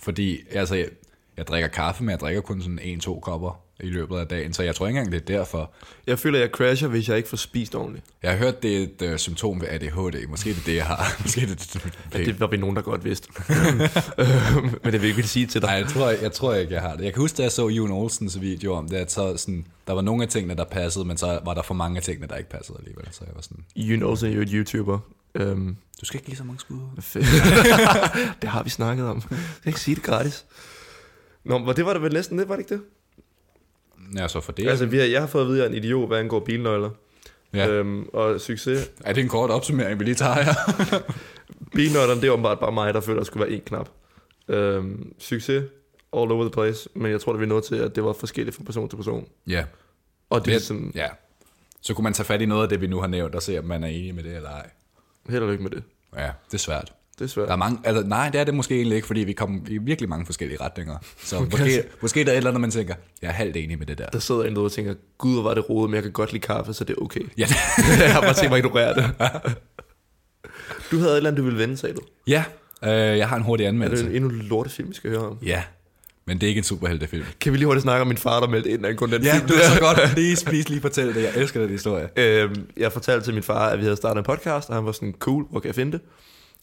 Speaker 1: fordi altså, jeg, jeg drikker kaffe, men jeg drikker kun sådan 1-2 kopper i løbet af dagen, så jeg tror ikke engang, det er derfor.
Speaker 2: Jeg føler, jeg crasher, hvis jeg ikke får spist ordentligt.
Speaker 1: Jeg har hørt, det er et øh, symptom ved ADHD. Måske det er det, jeg har. Måske det, det, det, det,
Speaker 2: Det var vi nogen, der godt vidste. Øhm, men det vil jeg ikke sige til dig.
Speaker 1: Nej, jeg tror, jeg tror ikke, jeg har det. Jeg kan huske, da jeg så Jon Olsens video om det, at så sådan, der var nogle af tingene, der passede, men så var der for mange af tingene, der ikke passede alligevel. Så jeg var sådan,
Speaker 2: You know, så er jo et YouTuber. Øhm,
Speaker 1: du skal ikke give så mange skud.
Speaker 2: fedt. det har vi snakket om. Jeg kan ikke sige det gratis. Nå, men det var det vel næsten det, var det ikke det?
Speaker 1: Ja, så for det.
Speaker 2: Ja. Altså, vi har, jeg har fået at vide, at jeg er en idiot, hvad angår bilnøgler.
Speaker 1: Ja.
Speaker 2: Ja. Øhm, og succes.
Speaker 1: er det en kort opsummering, vi lige tager her?
Speaker 2: Bilnøglerne, det er åbenbart bare mig, der føler, at der skulle være én knap. Øhm, succes all over the place, men jeg tror, det vi nåede til, at det var forskelligt fra person til person.
Speaker 1: ja.
Speaker 2: Og det er
Speaker 1: Det,
Speaker 2: ligesom,
Speaker 1: ja. Så kunne man tage fat i noget af det, vi nu har nævnt, og se, om man er enig med det eller ej.
Speaker 2: held og lykke med det.
Speaker 1: Ja, det er svært.
Speaker 2: Det er svært.
Speaker 1: Der er mange, altså, nej, det er det måske egentlig ikke, fordi vi kom i virkelig mange forskellige retninger. Så måske, måske der er et eller andet, man tænker, jeg er halvt enig med det der.
Speaker 2: Der sidder en derude og tænker, gud, hvor var det rodet, men jeg kan godt lide kaffe, så det er okay.
Speaker 1: Ja, det,
Speaker 2: jeg har bare tænkt mig at ignorere det. du havde et eller andet, du ville vende, sagde du.
Speaker 1: ja øh, jeg har en hurtig
Speaker 2: Det
Speaker 1: anmeldelse.
Speaker 2: er endnu lortefilm, vi skal høre om.
Speaker 1: Ja, men det er ikke en superheltefilm.
Speaker 2: Kan vi lige hurtigt snakke om min far, der meldte ind angående den
Speaker 1: Ja,
Speaker 2: film?
Speaker 1: du er så godt. Please, please lige fortæl det. Jeg elsker den historie.
Speaker 2: Øhm, jeg fortalte til min far, at vi havde startet en podcast, og han var sådan, cool, hvor kan jeg finde det?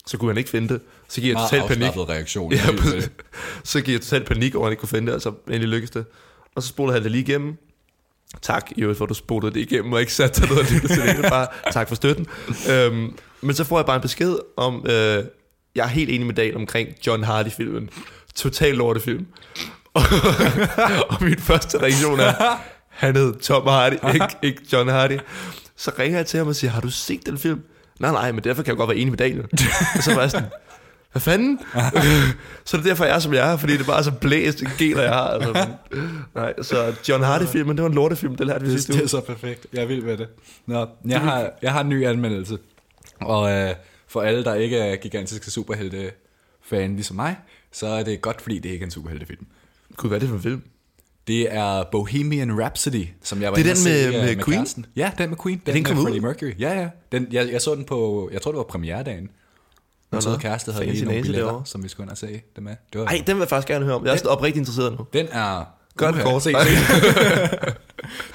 Speaker 2: Så kunne han ikke finde det. Så gik jeg totalt panik.
Speaker 1: reaktion.
Speaker 2: Ja, præcis. så gik jeg totalt panik over, at han ikke kunne finde det, og så endelig lykkedes det. Og så spolede han det lige igennem. Tak, i øvrigt, for at du spolede det igennem, og ikke satte dig ned og lyttede til det. Det er Bare tak for støtten. Øhm, Men så får jeg bare en besked om, øh, jeg er helt enig med Dal omkring John Hardy-filmen. Total lortefilm. Og, og min første reaktion er, han hed Tom Hardy, ikke, ikke John Hardy. Så ringer jeg til ham og siger, har du set den film? Nej, nej, men derfor kan jeg godt være enig med Daniel. og så var jeg sådan, hvad fanden? så det er derfor, jeg er, som jeg er, fordi det er bare så blæst gener, jeg har. Altså, nej, så John Hardy-filmen, det var en lortefilm, det lærte vi sidste
Speaker 1: Det, det
Speaker 2: uge.
Speaker 1: er så perfekt. Jeg er vild med det. Nå, jeg har, jeg har en ny anmeldelse. Og øh, for alle, der ikke er gigantiske superhelte-fan ligesom mig, så er det godt, fordi det ikke er en superheltefilm.
Speaker 2: Gud, hvad er det for en film?
Speaker 1: Det er Bohemian Rhapsody, som jeg var
Speaker 2: Det er
Speaker 1: inde
Speaker 2: den
Speaker 1: at se,
Speaker 2: med-
Speaker 1: øh,
Speaker 2: med Queen?
Speaker 1: kæresten. Ja, den med Queen. Den,
Speaker 2: den
Speaker 1: med
Speaker 2: kommet ud?
Speaker 1: Freddie Mercury. Ja, ja. Den, jeg, jeg så den på, jeg tror det var premieredagen. Min søde kæreste havde
Speaker 2: Fancy
Speaker 1: lige nogle
Speaker 2: næse
Speaker 1: billetter,
Speaker 2: derovre.
Speaker 1: som vi skulle ind og se det med. Det var,
Speaker 2: Nej, den vil jeg faktisk gerne høre om. Jeg er sådan oprigtigt interesseret nu.
Speaker 1: Den er...
Speaker 2: Gør den
Speaker 1: Uha,
Speaker 2: kort.
Speaker 1: se, se.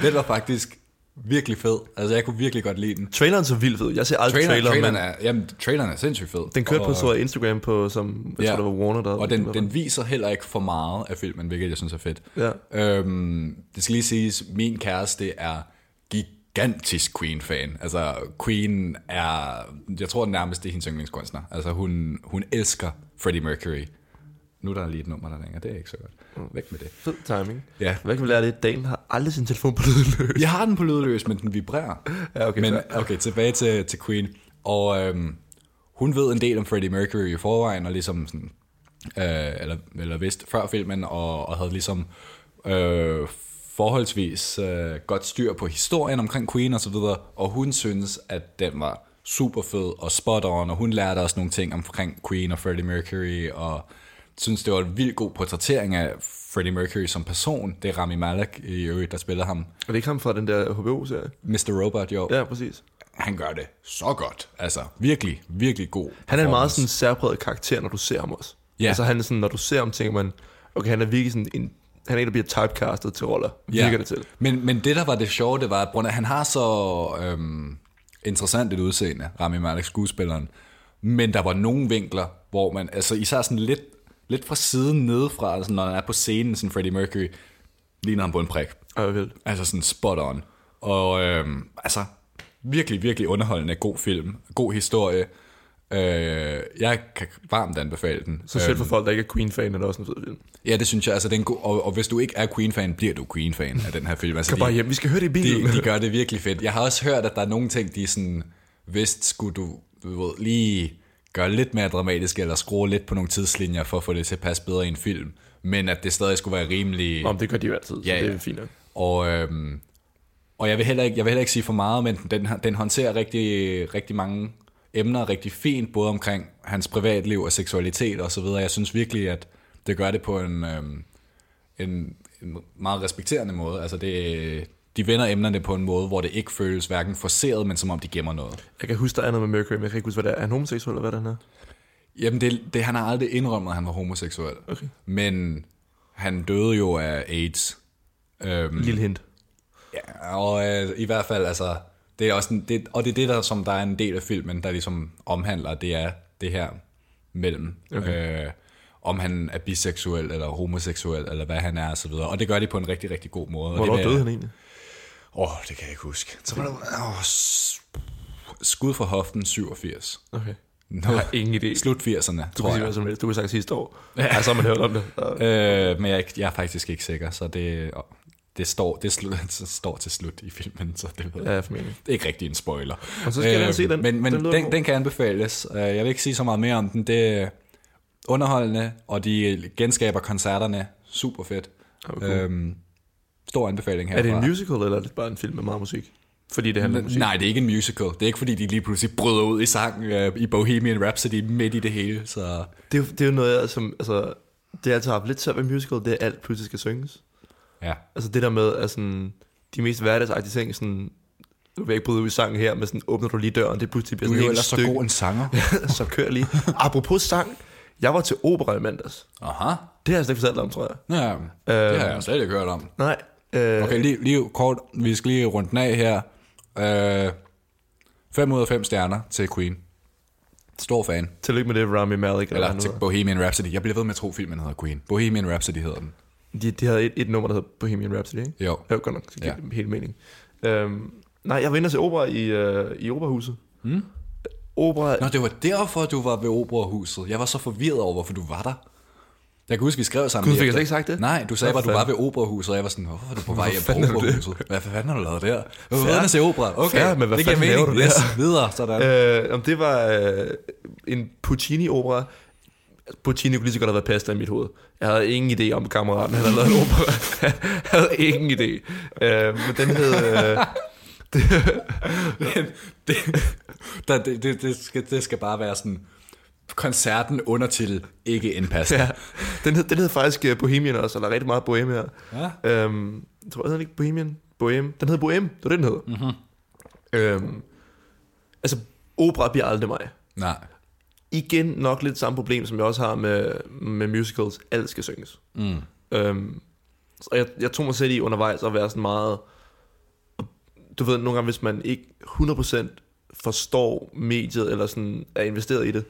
Speaker 1: den var faktisk virkelig fed. Altså, jeg kunne virkelig godt lide den.
Speaker 2: Traileren så vild fed. Jeg ser aldrig
Speaker 1: Trailer,
Speaker 2: trailer,
Speaker 1: traileren,
Speaker 2: traileren, men
Speaker 1: er, jamen, traileren er sindssygt fed.
Speaker 2: den kørte på tror jeg, Instagram på, som jeg tror, det var Warner, der
Speaker 1: og den, den viser heller ikke for meget af filmen, hvilket jeg synes er fedt.
Speaker 2: Ja.
Speaker 1: Øhm, det skal lige siges, min kæreste er gigantisk Queen-fan. Altså, Queen er, jeg tror nærmest, det er hendes yndlingskunstner. Altså, hun, hun elsker Freddie Mercury. Nu er der lige et nummer, der ringer. Det er ikke så godt. Væk med det.
Speaker 2: Fed timing.
Speaker 1: Ja.
Speaker 2: Hvad kan vi lære det? Dan har aldrig sin telefon på lydløs.
Speaker 1: Jeg har den på lydløs, men den vibrerer.
Speaker 2: Ja, okay,
Speaker 1: men,
Speaker 2: fair.
Speaker 1: okay tilbage til, til Queen. Og øhm, hun ved en del om Freddie Mercury i forvejen, og ligesom sådan, øh, eller, eller vidste før filmen, og, og havde ligesom øh, forholdsvis øh, godt styr på historien omkring Queen og så videre, og hun synes, at den var super fed og spot on, og hun lærte også nogle ting omkring Queen og Freddie Mercury, og synes, det var en vildt god portrættering af Freddie Mercury som person. Det er Rami Malek i øvrigt, der spiller ham.
Speaker 2: Er det ikke ham fra den der HBO-serie?
Speaker 1: Mr. Robot, jo, ja.
Speaker 2: Ja, præcis.
Speaker 1: han gør det så godt. Altså, virkelig, virkelig god.
Speaker 2: Han er en meget
Speaker 1: performance.
Speaker 2: sådan særpræget karakter, når du ser ham også.
Speaker 1: Ja.
Speaker 2: Altså han er sådan, når du ser ham, tænker man, okay, han er virkelig sådan en, han er en, der bliver typecastet til roller,
Speaker 1: Ja.
Speaker 2: virker det til.
Speaker 1: Men, men det, der var det sjove, det var, at Brunner, han har så øhm, interessant et udseende, Rami Malek, skuespilleren. Men der var nogle vinkler, hvor man, altså især sådan lidt, lidt fra siden nedefra, altså når han er på scenen, sådan Freddie Mercury, ligner han på en prik.
Speaker 2: Og jeg vil.
Speaker 1: Altså sådan spot on. Og øhm, altså, virkelig, virkelig underholdende, god film, god historie. Øh, jeg kan varmt anbefale den.
Speaker 2: Så selv for folk, der ikke er Queen-fan, er det også en fed film.
Speaker 1: Ja, Øhm. det synes jeg. Altså, det er en god, og, og hvis du ikke er Queen-fan, bliver du Queen-fan af den her film. Altså,
Speaker 2: Kom bare hjem, vi skal høre det i bilen.
Speaker 1: de, de gør det virkelig fedt. Jeg har også hørt, at der er nogle ting, de er sådan, vist skulle du, du ved, lige gøre lidt mere dramatisk, eller skrue lidt på nogle tidslinjer, for at få det til at passe bedre i en film. Men at det stadig skulle være rimelig...
Speaker 2: Om det gør de jo altid, så
Speaker 1: Ja,
Speaker 2: det
Speaker 1: ja.
Speaker 2: er fint nok.
Speaker 1: Og, øhm, og jeg, vil heller ikke, jeg vil heller ikke sige for meget, men den, den håndterer rigtig, rigtig mange emner rigtig fint, både omkring hans privatliv og seksualitet og så videre. Jeg synes virkelig, at det gør det på en, øhm, en, en meget respekterende måde. Altså det, de vender emnerne på en måde, hvor det ikke føles hverken forceret, men som om de gemmer noget.
Speaker 2: Jeg kan huske, der er noget med Mercury, men jeg kan ikke huske, hvad det er. Er han homoseksuel, eller hvad den er?
Speaker 1: Jamen, det, det, han har aldrig indrømmet, at han var homoseksuel. Okay. Men han døde jo af AIDS. Øhm,
Speaker 2: Lille hint.
Speaker 1: Ja, og øh, i hvert fald, altså, det er også en, det, og det er det, der, som der er en del af filmen, der ligesom omhandler, det er det her mellem, okay. øh, om han er biseksuel eller homoseksuel, eller hvad han er, og så videre. Og det gør de på en rigtig, rigtig god måde. Og
Speaker 2: Hvornår
Speaker 1: det,
Speaker 2: døde han egentlig?
Speaker 1: Åh, oh, det kan jeg ikke huske. Så var der, oh, skud fra hoften, 87.
Speaker 2: Okay.
Speaker 1: Nå,
Speaker 2: Jeg har ingen idé.
Speaker 1: Slut 80'erne,
Speaker 2: Du
Speaker 1: tror
Speaker 2: kan sige
Speaker 1: jeg.
Speaker 2: hvad som helst. Du kan sagt sidste år. Ja, så har man hørt om det. Og-
Speaker 1: Øh, men jeg, er ikke- jeg er faktisk ikke sikker, så det, åh, det, står, det slu, står til slut i filmen, så det ved jeg.
Speaker 2: Ja, formentlig.
Speaker 1: Det er ikke rigtig en spoiler. Øh,
Speaker 2: Og så skal jeg ind og se den.
Speaker 1: Men, men
Speaker 2: Den
Speaker 1: den,
Speaker 2: lyder
Speaker 1: den,
Speaker 2: god.
Speaker 1: den kan anbefales. Øh, Jeg vil ikke sige så meget mere om den. Det er underholdende, og de genskaber koncerterne. Super fedt.
Speaker 2: Okay.
Speaker 1: Øhm, stor anbefaling herfra.
Speaker 2: Er det en musical, eller er det bare en film med meget musik? Fordi det handler om musik.
Speaker 1: Nej, det er ikke en musical. Det er ikke, fordi de lige pludselig bryder ud i sang øh, i Bohemian Rhapsody midt i det hele. Så
Speaker 2: Det er, jo- det er jo noget, jeg, som, altså, det jeg altid har haft lidt svært ved musical, det er alt pludselig skal synges.
Speaker 1: ja.
Speaker 2: Altså det der med, at sådan, de mest hverdagsagtige ting, sådan, nu vil jeg ikke bryde ud i sangen her, men sådan, åbner du lige døren, det pludselig bliver
Speaker 1: Du er
Speaker 2: sådan
Speaker 1: jo
Speaker 2: et helt
Speaker 1: ellers så
Speaker 2: stykke,
Speaker 1: god en sanger.
Speaker 2: så kør lige. Apropos sang, jeg var til opera i mandags.
Speaker 1: Aha.
Speaker 2: Det har jeg slet ikke fortalt dig om, tror jeg.
Speaker 1: Ja, det
Speaker 2: Øhm.
Speaker 1: har jeg slet ikke hørt om.
Speaker 2: Nej. Øh,
Speaker 1: Okay, lige, lige kort, vi skal lige runde den af her. Øh, 5 ud af 5 stjerner til Queen. Stor fan.
Speaker 2: Tillykke med det, Rami Malek. Eller,
Speaker 1: Eller
Speaker 2: eller
Speaker 1: til Bohemian Rhapsody. Jeg bliver ved med at tro, filmen hedder Queen. Bohemian Rhapsody hedder den.
Speaker 2: de, de havde et, et nummer, der hed Bohemian Rhapsody, ikke?
Speaker 1: Jo.
Speaker 2: Ja, godt nok. Det giver
Speaker 1: Ja.
Speaker 2: ja. helt mening. Øhm, nej, jeg var inde og se opera i, øh, i operahuset. Mm. opera...
Speaker 1: Nå, det var derfor, du var ved Operahuset. Jeg var så forvirret over, hvorfor du var der. Jeg kan huske, vi skrev sammen.
Speaker 2: Gud, fik jeg
Speaker 1: efter.
Speaker 2: slet ikke sagt det?
Speaker 1: Nej, du sagde
Speaker 2: Hvad
Speaker 1: bare, du var ved Operahuset, og jeg var sådan, hvorfor var du på vej hjem
Speaker 2: fanden er
Speaker 1: på
Speaker 2: du det?
Speaker 1: Operahuset? Hvad fanden har du lavet der? Jeg var ude at se opera. Okay,
Speaker 2: Fair, men hvad
Speaker 1: det giver
Speaker 2: fanden
Speaker 1: mening.
Speaker 2: laver du der?
Speaker 1: Yes, videre, sådan.
Speaker 2: Øh, om det var øh, en Puccini-opera. Puccini kunne lige så godt have været pasta i mit hoved. Jeg havde ingen idé om kammeraten, han havde lavet en opera. jeg havde ingen idé. Øh, men den hed... Øh,
Speaker 1: det, der, det, det, det, skal, det skal bare være sådan, koncerten undertil ikke indpassende.
Speaker 2: ja, den, hed, den hed faktisk øh, Bohemian også, eller rigtig meget Bohemian. her.
Speaker 1: Ja.
Speaker 2: Øhm, jeg tror, jeg hedder den ikke Bohemian. Bohem. Den hed Bohem, det var det, den hed.
Speaker 1: Mhm.
Speaker 2: Mm-hmm. Øhm, altså, opera bliver aldrig mig.
Speaker 1: Nej.
Speaker 2: igen nok lidt samme problem, som jeg også har med, med musicals. Alt skal synges.
Speaker 1: Mm.
Speaker 2: Øhm, og jeg, jeg tog mig selv i undervejs at være sådan meget... Du ved, nogle gange, hvis man ikke 100% forstår mediet, eller sådan er investeret i det,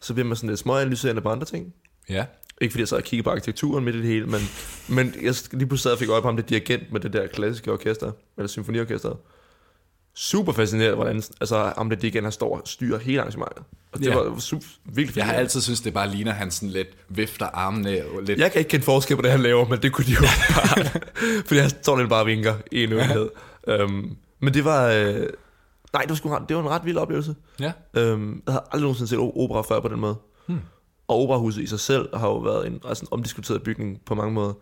Speaker 2: så bliver man sådan lidt småanalyserende på andre ting.
Speaker 1: Ja.
Speaker 2: Ikke fordi jeg sad og kiggede på arkitekturen midt i det hele, men, men jeg sk- lige pludselig sad og fik øje på ham, det dirigent med det der klassiske orkester, eller symfoniorkester. Super fascinerende, hvordan altså, ham det dirigent, han står og styrer hele arrangementet. Og det
Speaker 1: Ja.
Speaker 2: ja. var super, virkelig
Speaker 1: Jeg har
Speaker 2: fascinerende.
Speaker 1: altid synes det bare ligner, han sådan lidt vifter armene og lidt...
Speaker 2: Jeg kan ikke kende forskel på det, han laver, men det kunne de jo bare. fordi han står lidt bare og vinker i en øvrighed. Um, men det var... Øh, nej, det var, sgu, ret- det var en ret vild oplevelse.
Speaker 1: ja.
Speaker 2: Øhm, jeg havde aldrig nogensinde set o- opera før på den måde. Hmm. Og operahuset i sig selv har jo været en altså en omdiskuteret bygning på mange måder.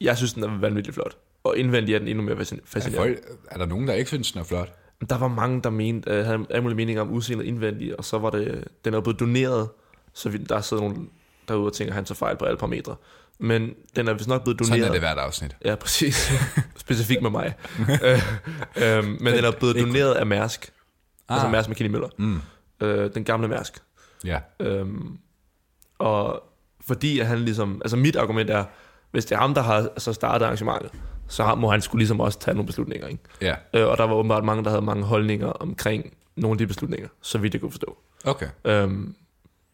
Speaker 2: Jeg synes, den er vanvittigt flot. Og indvendigt er den endnu mere fascin-
Speaker 1: Er,
Speaker 2: fascinerende.
Speaker 1: folk, er der nogen, der ikke synes, den er flot?
Speaker 2: Der var mange, der mente, øh, havde alle mulige meninger om udseendet indvendigt, og så var det, den er blevet doneret, så vi, der sidder nogen derude og tænker, at han så fejl på alle parametre. Men den er vist nok blevet doneret.
Speaker 1: Sådan er det hvert afsnit.
Speaker 2: Ja, præcis. Specifikt med mig. øh, øh, men den er blevet
Speaker 1: Ikke-
Speaker 2: doneret af Mærsk. Ah. Altså
Speaker 1: Ah.
Speaker 2: Mærsk McKinney Møller.
Speaker 1: Mm.
Speaker 2: Øh, den gamle Mærsk.
Speaker 1: Ja.
Speaker 2: Øhm, og fordi at han ligesom, altså mit argument er, hvis det er ham, der har så startet arrangementet, så har- må han skulle ligesom også tage nogle beslutninger. Ikke?
Speaker 1: Ja.
Speaker 2: Øh, og der var åbenbart mange, der havde mange holdninger omkring nogle af de beslutninger, så vidt jeg kunne forstå.
Speaker 1: Okay.
Speaker 2: Øhm,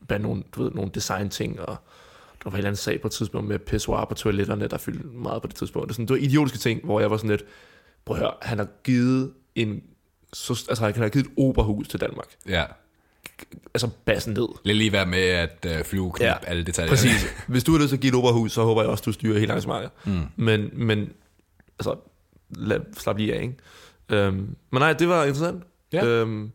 Speaker 2: blandt nogle, du ved, nogle design-ting, og der var en eller anden sag på et tidspunkt med pissoir på toiletterne, der fyldte meget på det tidspunkt. Det, er sådan, det var idiotiske ting, hvor jeg var sådan lidt, prøv at høre, han har givet en så, altså han har givet et operahus til Danmark.
Speaker 1: Ja.
Speaker 2: Altså bassen ned.
Speaker 1: Lidt lige være med at øh, flyve knip
Speaker 2: Ja,
Speaker 1: alle detaljer.
Speaker 2: Præcis. Hvis du er nødt til at give et operahus, så håber jeg også, du styrer hele arrangementet. Mm. Men, men altså, lad, slap lige af, ikke? Øhm, men nej, det var interessant.
Speaker 1: Ja.
Speaker 2: Øhm,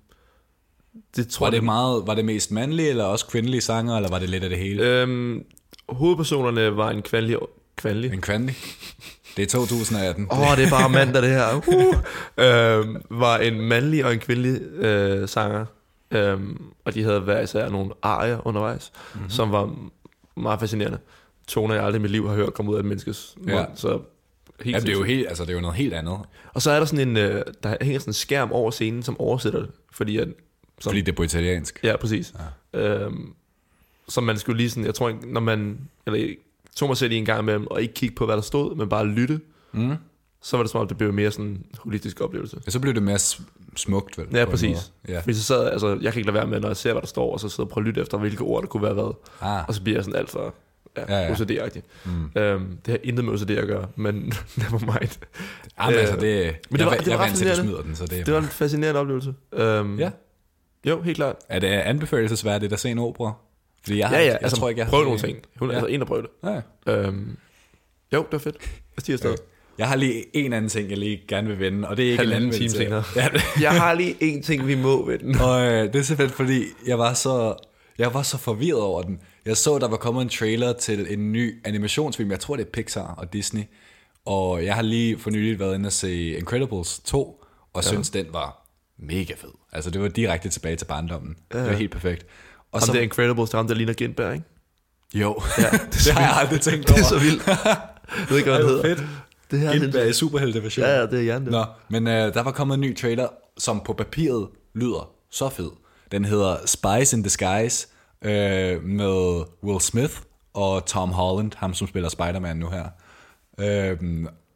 Speaker 2: det tror
Speaker 1: Var
Speaker 2: jeg,
Speaker 1: det, meget, var det mest mandlige, eller også kvindelige sanger, eller var det lidt af det hele?
Speaker 2: Øhm, hovedpersonerne var en kvandlig... Kvandlig?
Speaker 1: En kvindelig? Det er 2018.
Speaker 2: Øh. Åh, oh, det er bare mandag det her. Uh. øhm, var en mandlig og en kvindelig øh, sanger. Øhm, og de havde hver især nogle arier undervejs,
Speaker 1: Mhm.
Speaker 2: mm-hmm. som var meget fascinerende. Toner, jeg aldrig i mit liv har hørt komme ud af et menneskes mund.
Speaker 1: Ja.
Speaker 2: Ja. Så helt
Speaker 1: Ja, det er jo helt, altså, det er jo noget helt andet.
Speaker 2: Og så er der sådan en, øh, der hænger sådan en skærm over scenen, som oversætter det. Fordi at, som,
Speaker 1: Fordi det er på italiensk.
Speaker 2: Ja, præcis. Ja. Øhm, så man skulle lige sådan, jeg tror, ikke, når man, eller jeg tog mig selv i en gang imellem, og ikke kigge på, hvad der stod, men bare lytte,
Speaker 1: Mm.
Speaker 2: så var det som om, det blev mere sådan en holistisk oplevelse.
Speaker 1: Ja, så blev det mere s- smukt, vel? på
Speaker 2: Ja,
Speaker 1: en
Speaker 2: præcis.
Speaker 1: måde. Ja.
Speaker 2: Fordi så sad, altså, jeg kan ikke lade være med, når jeg ser, hvad der står, og så sidder og prøver at lytte efter, hvilke ord, der kunne være hvad.
Speaker 1: Ah,
Speaker 2: Og så bliver jeg sådan alt for ja,
Speaker 1: Ja,
Speaker 2: ja,
Speaker 1: ja.
Speaker 2: ja. OCD-agtig. Mm. Øhm, det har intet med OCD at gøre, men never mind.
Speaker 1: ah men
Speaker 2: øh,
Speaker 1: altså, det, men
Speaker 2: var-
Speaker 1: det var, jeg,
Speaker 2: det
Speaker 1: det
Speaker 2: var
Speaker 1: jeg er vant til, at du
Speaker 2: fascinerende.
Speaker 1: smider den, så det,
Speaker 2: Det var en fascinerende oplevelse. Øhm,
Speaker 1: Ja.
Speaker 2: Jo, helt klart.
Speaker 1: Er det anbefalelsesværdigt at se en opera? Fordi jeg, har,
Speaker 2: Ja, ja,
Speaker 1: jeg
Speaker 2: altså,
Speaker 1: tror ikke, jeg har
Speaker 2: prøv
Speaker 1: set
Speaker 2: nogle
Speaker 1: en.
Speaker 2: ting. Hun er
Speaker 1: Ja.
Speaker 2: altså ind og prøv det.
Speaker 1: Ja.
Speaker 2: Øhm, jo, det var fedt. Jeg stiger stadig.
Speaker 1: Jeg har lige en anden ting, jeg lige gerne vil vende, og det er ikke en
Speaker 2: Halvanden
Speaker 1: anden
Speaker 2: time senere.
Speaker 1: Ja,
Speaker 2: Jeg har lige én ting, vi må ved den.
Speaker 1: og øh, det er simpelthen fordi, jeg var så... Jeg var så forvirret over den. Jeg så, der var kommet en trailer til en ny animationsfilm. Jeg tror, det er Pixar og Disney. Og jeg har lige for nylig været inde og se Incredibles 2, og ja. synes, den var mega fed. Altså, det var direkte tilbage til barndommen. Ja. Det var helt perfekt. Og
Speaker 2: Ham der Incredibles, der er ham der ligner Gindberg, ikke?
Speaker 1: Jo, ja, det, det har jeg aldrig tænkt over.
Speaker 2: Det er så vildt. Jeg ved ikke, hvad han
Speaker 1: Ej, hvor
Speaker 2: hedder.
Speaker 1: fedt.
Speaker 2: Det her er
Speaker 1: Gindberg i superhelteversion.
Speaker 2: Ja, ja, det er Jan, det.
Speaker 1: Nå, men øh, der var kommet en ny trailer, som på papiret lyder så fed. Den hedder Spies in Disguise øh, med Will Smith og Tom Holland, ham som spiller Spider-Man nu her. Øh,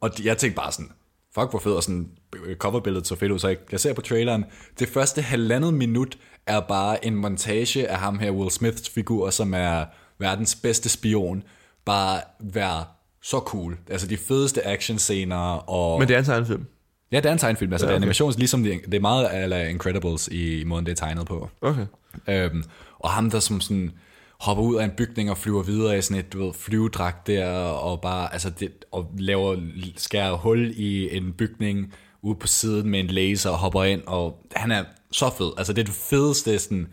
Speaker 1: og de- jeg tænkte bare sådan, fuck hvor fed, og sådan øh, coverbilledet så fedt ud, så jeg, jeg ser på traileren, det første halvandet minut er bare en montage af ham her, Will Smiths figur, som er verdens bedste spion, bare være så cool. Altså de fedeste actionscener og...
Speaker 2: Men det er en tegnefilm.
Speaker 1: Ja, det er en tegnfilm, altså ja, okay. det er animations, ligesom det, det er meget eller Incredibles i måden, det er tegnet på.
Speaker 2: Okay.
Speaker 1: Øhm, og ham, der som sådan hopper ud af en bygning og flyver videre i sådan et du ved, flyvedragt der, og bare altså det, og laver, skærer hul i en bygning ude på siden med en laser og hopper ind, og han er så fed. Altså det er det fedeste sådan,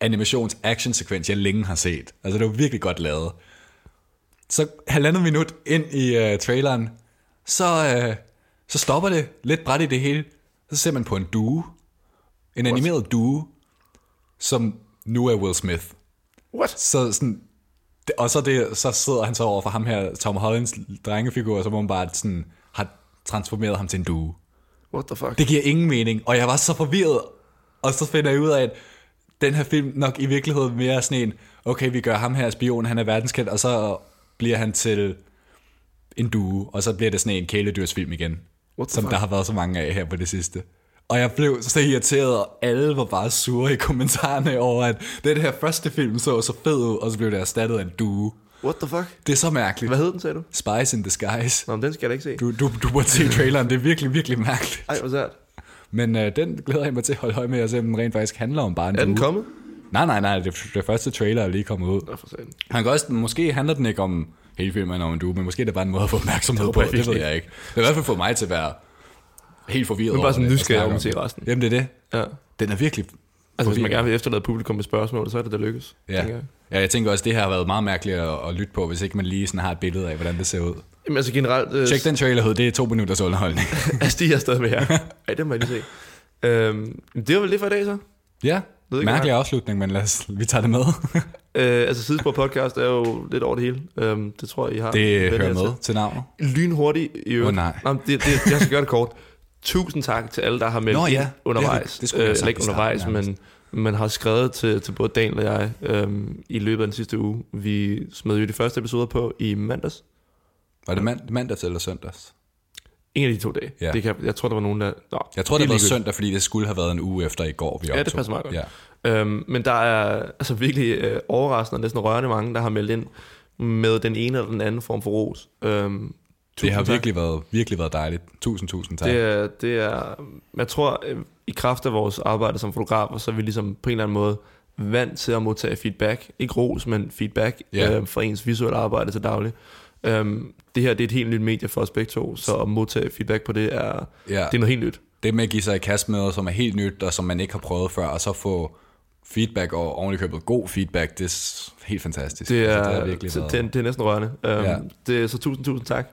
Speaker 1: animations action sekvens, jeg længe har set. Altså det var virkelig godt lavet. Så halvandet minut ind i øh, traileren, så, øh, så stopper det lidt bræt i det hele. Så ser man på en due, en animeret due, som nu er Will Smith.
Speaker 2: What?
Speaker 1: Så sådan, det- og så, det, så sidder han så over for ham her, Tom Hollands drengefigur, som om bare sådan, har transformeret ham til en due.
Speaker 2: What the fuck?
Speaker 1: Det giver ingen mening, og jeg var så forvirret. Og så finder jeg ud af, at den her film nok i virkeligheden mere er sådan en, okay, vi gør ham her spion, han er verdenskendt, og så bliver han til en due, og så bliver det sådan en kæledyrsfilm igen.
Speaker 2: What the
Speaker 1: Som
Speaker 2: fuck?
Speaker 1: der har været så mange af her på det sidste. Og jeg blev så irriteret, og alle var bare sure i kommentarerne over, at den her første film så så fed ud, og så blev det erstattet af en due.
Speaker 2: What the fuck?
Speaker 1: Det er så mærkeligt.
Speaker 2: Hvad hed den, sagde du?
Speaker 1: Spice in Disguise.
Speaker 2: Nå, men den skal jeg da ikke se.
Speaker 1: Du, du, du burde se traileren, det er virkelig, virkelig mærkeligt.
Speaker 2: Ej, hvor sært.
Speaker 1: Men øh, den glæder jeg mig til at holde øje med, og se om den rent faktisk handler om bare en
Speaker 2: Er den
Speaker 1: due.
Speaker 2: kommet?
Speaker 1: Nej, nej, nej, det, det første trailer er lige kommet ud.
Speaker 2: Nå, for satan.
Speaker 1: Han kan også, måske handler den ikke om hele filmen om en due, men måske er det bare en måde at få opmærksomhed på,
Speaker 2: håber jeg
Speaker 1: det ved
Speaker 2: virkelig.
Speaker 1: jeg ikke. Det har i hvert fald fået mig til at være helt forvirret
Speaker 2: Men bare
Speaker 1: over
Speaker 2: sådan
Speaker 1: det, og
Speaker 2: nysgerrig
Speaker 1: snakke
Speaker 2: om at
Speaker 1: det.
Speaker 2: se resten.
Speaker 1: Jamen det er det.
Speaker 2: Ja.
Speaker 1: Den er virkelig
Speaker 2: Altså, hvis man gerne vil efterlade publikum med spørgsmål, så er det, der lykkes. tænker
Speaker 1: Ja.
Speaker 2: jeg.
Speaker 1: ja, jeg tænker også, det her har været meget mærkeligt at, at lytte på, hvis ikke man lige sådan har et billede af, hvordan det ser ud.
Speaker 2: Jamen, altså generelt... Øh,
Speaker 1: Tjek den trailer ud, det er to minutters underholdning.
Speaker 2: Altså, de er stadig med her. Ej, det må jeg lige se. Øhm, det var vel det for i dag, så.
Speaker 1: ja,
Speaker 2: Ved ikke,
Speaker 1: mærkelig afslutning, men lad os, vi tager det med.
Speaker 2: Øh, altså, Sidespor podcast er jo lidt over det hele. Øhm, det tror jeg, I har.
Speaker 1: Det
Speaker 2: vendt jer
Speaker 1: hører
Speaker 2: til.
Speaker 1: med til navnet.
Speaker 2: Lynhurtigt i øvrigt.
Speaker 1: Åh, nej.
Speaker 2: Nå, men det, det, jeg skal gøre det kort. Tusind tak til alle, der har meldt
Speaker 1: Nå,
Speaker 2: ind
Speaker 1: ja. Det har
Speaker 2: undervejs.
Speaker 1: du- det skulle vi have
Speaker 2: Øh,
Speaker 1: sagt
Speaker 2: eller ikke
Speaker 1: i starten,
Speaker 2: undervejs, men man har skrevet til, til både Daniel og jeg øhm, i løbet af den sidste uge. Vi smed jo de første episoder på i mandags.
Speaker 1: Var det mand, mandags eller søndags?
Speaker 2: En af de to dage.
Speaker 1: Ja.
Speaker 2: Det kan, jeg tror, der var nogen, der... Nå,
Speaker 1: Jeg tror, det,
Speaker 2: er
Speaker 1: var
Speaker 2: ligegyldigt.
Speaker 1: søndag, fordi det skulle have været en uge efter i går, vi optog.
Speaker 2: det passer meget godt.
Speaker 1: Ja.
Speaker 2: Øhm, men der er altså virkelig øh, overraskende og næsten rørende mange, der har meldt ind med den ene eller den anden form for ros. Øhm,
Speaker 1: Det
Speaker 2: tusind
Speaker 1: har
Speaker 2: tak.
Speaker 1: virkelig været, virkelig været dejligt. Tusind, tusind tak.
Speaker 2: Det
Speaker 1: Det,
Speaker 2: er, det er, jeg tror, øh, i kraft af vores arbejde som fotografer, så er vi ligesom på en eller anden måde vant til at modtage feedback. Ikke ros, men feedback
Speaker 1: Ja.
Speaker 2: øh, fra ens visuelle arbejde til daglig. Øhm, det her det er et helt nyt medie for os begge to, så at modtage feedback på det er,
Speaker 1: ja.
Speaker 2: ja. det er noget helt nyt.
Speaker 1: det med at give sig i kast med, som er helt nyt, og som man ikke har prøvet før, og så få feedback og ovenikøbet god feedback, det er s- helt fantastisk.
Speaker 2: Det
Speaker 1: Altså,
Speaker 2: er,
Speaker 1: det, har
Speaker 2: det,
Speaker 1: virkelig
Speaker 2: det,
Speaker 1: været.
Speaker 2: er, det er næsten rørende. Øhm,
Speaker 1: Ja.
Speaker 2: det, er- så tusind, tusind tak.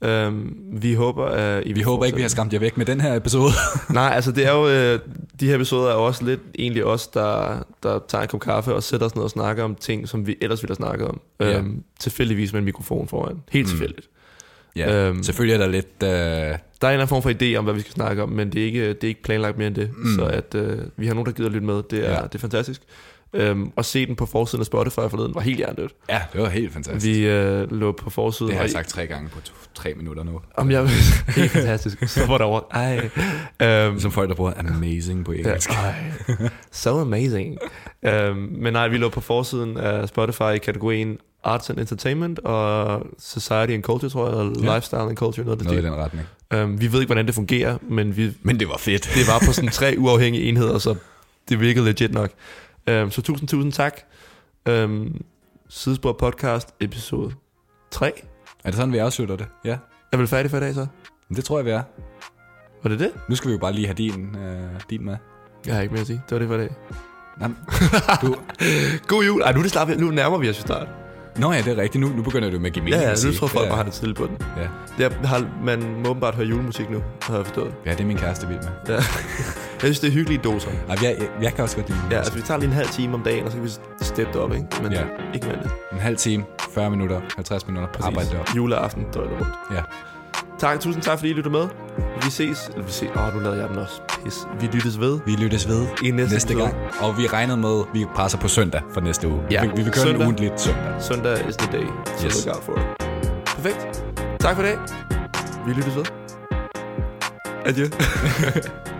Speaker 2: Øhm, vi håber, at I
Speaker 1: vi
Speaker 2: vil
Speaker 1: håber ikke, vi har skræmt jer væk med den her episode.
Speaker 2: Nej, altså det er jo, øh, de her episoder er jo også lidt egentlig os, der, der tager en kop kaffe og sætter os ned og snakker om ting, som vi ellers ville have snakket om.
Speaker 1: Ja. Mm.
Speaker 2: Øhm, tilfældigvis med en mikrofon foran. Helt tilfældigt.
Speaker 1: ja,
Speaker 2: Øhm.
Speaker 1: øhm. Selvfølgelig er der lidt... Øh,
Speaker 2: Der er en eller anden form for idé om, hvad vi skal snakke om, men det er ikke, det er ikke planlagt mere end det. Mm. Så at øh, vi har nogen, der gider at lytte med, det er, ja.
Speaker 1: Ja.
Speaker 2: det er fantastisk. Øhm, og se den på forsiden af Spotify forleden var helt hjernedødt.
Speaker 1: ja, det var helt fantastisk. Vi,
Speaker 2: Vi øh, lå på forsiden.
Speaker 1: det har
Speaker 2: og
Speaker 1: jeg sagt tre gange på to, tre minutter nu.
Speaker 2: Om jeg, helt fantastisk. Så var der over. Ej. Øhm,
Speaker 1: Som folk, der bruger amazing på engelsk.
Speaker 2: Ja, ej, so amazing. øhm, men nej, vi lå på forsiden af Spotify i kategorien Arts and Entertainment og Society and Culture, tror jeg, eller
Speaker 1: Ja.
Speaker 2: Lifestyle and Culture, noget af
Speaker 1: Noget i
Speaker 2: det.
Speaker 1: den retning.
Speaker 2: Øhm, vi ved ikke, hvordan det fungerer, men vi,
Speaker 1: Men det var fedt.
Speaker 2: det var på sådan tre uafhængige enheder, så det virkede legit nok. Øhm, så tusind, tusind tak. Øhm, Sidespor podcast episode 3.
Speaker 1: Er det sådan, vi afslutter det? Ja,
Speaker 2: Er vi færdige for i dag så?
Speaker 1: Men det tror jeg, vi er.
Speaker 2: Var det det?
Speaker 1: Nu skal vi jo bare lige have din, øh, din med.
Speaker 2: Jeg har ikke mere at sige. Det var det for i dag.
Speaker 1: Nej, du,
Speaker 2: God jul. Ej, nu, er det snart, nu nærmer vi os jo snart.
Speaker 1: nå ja, det er rigtigt. Nu, nu begynder det jo med at give mening.
Speaker 2: Ja, ja,
Speaker 1: at
Speaker 2: nu
Speaker 1: sige.
Speaker 2: tror folk
Speaker 1: ja,
Speaker 2: bare har det tidligt på den.
Speaker 1: Ja.
Speaker 2: Det er, har, man må åbenbart høre julemusik nu, har jeg forstået.
Speaker 1: ja, det er min kæreste vild med.
Speaker 2: Ja. Jeg synes, det er hyggelige doser.
Speaker 1: Ej, jeg, jeg, jeg kan også godt lide
Speaker 2: Ja,
Speaker 1: ja,
Speaker 2: altså vi tager lige en halv time om dagen, og så kan vi steppe det op, ikke? Men
Speaker 1: Ja.
Speaker 2: ikke mere end det.
Speaker 1: En halv time, 40 minutter, 50 minutter. Præcis. Arbejde det op.
Speaker 2: Juleaften døgnet rundt.
Speaker 1: Ja.
Speaker 2: Tak, tusind tak, fordi I lytter med. Vi ses. Eller vi ses. Åh, oh, nu lavede jeg den også. Pis. Vi lyttes ved
Speaker 1: Vi lyttes ved
Speaker 2: i næste,
Speaker 1: næste gang. Og vi regner med, at vi presser på søndag for næste uge.
Speaker 2: Ja.
Speaker 1: Vi, vi vil køre søndag. en
Speaker 2: Søndag.
Speaker 1: ugentligt søndag.
Speaker 2: Søndag is the day. Så
Speaker 1: Yes.
Speaker 2: yes. look out for it. Perfekt. Tak for i dag. Vi lyttes ved. Adieu.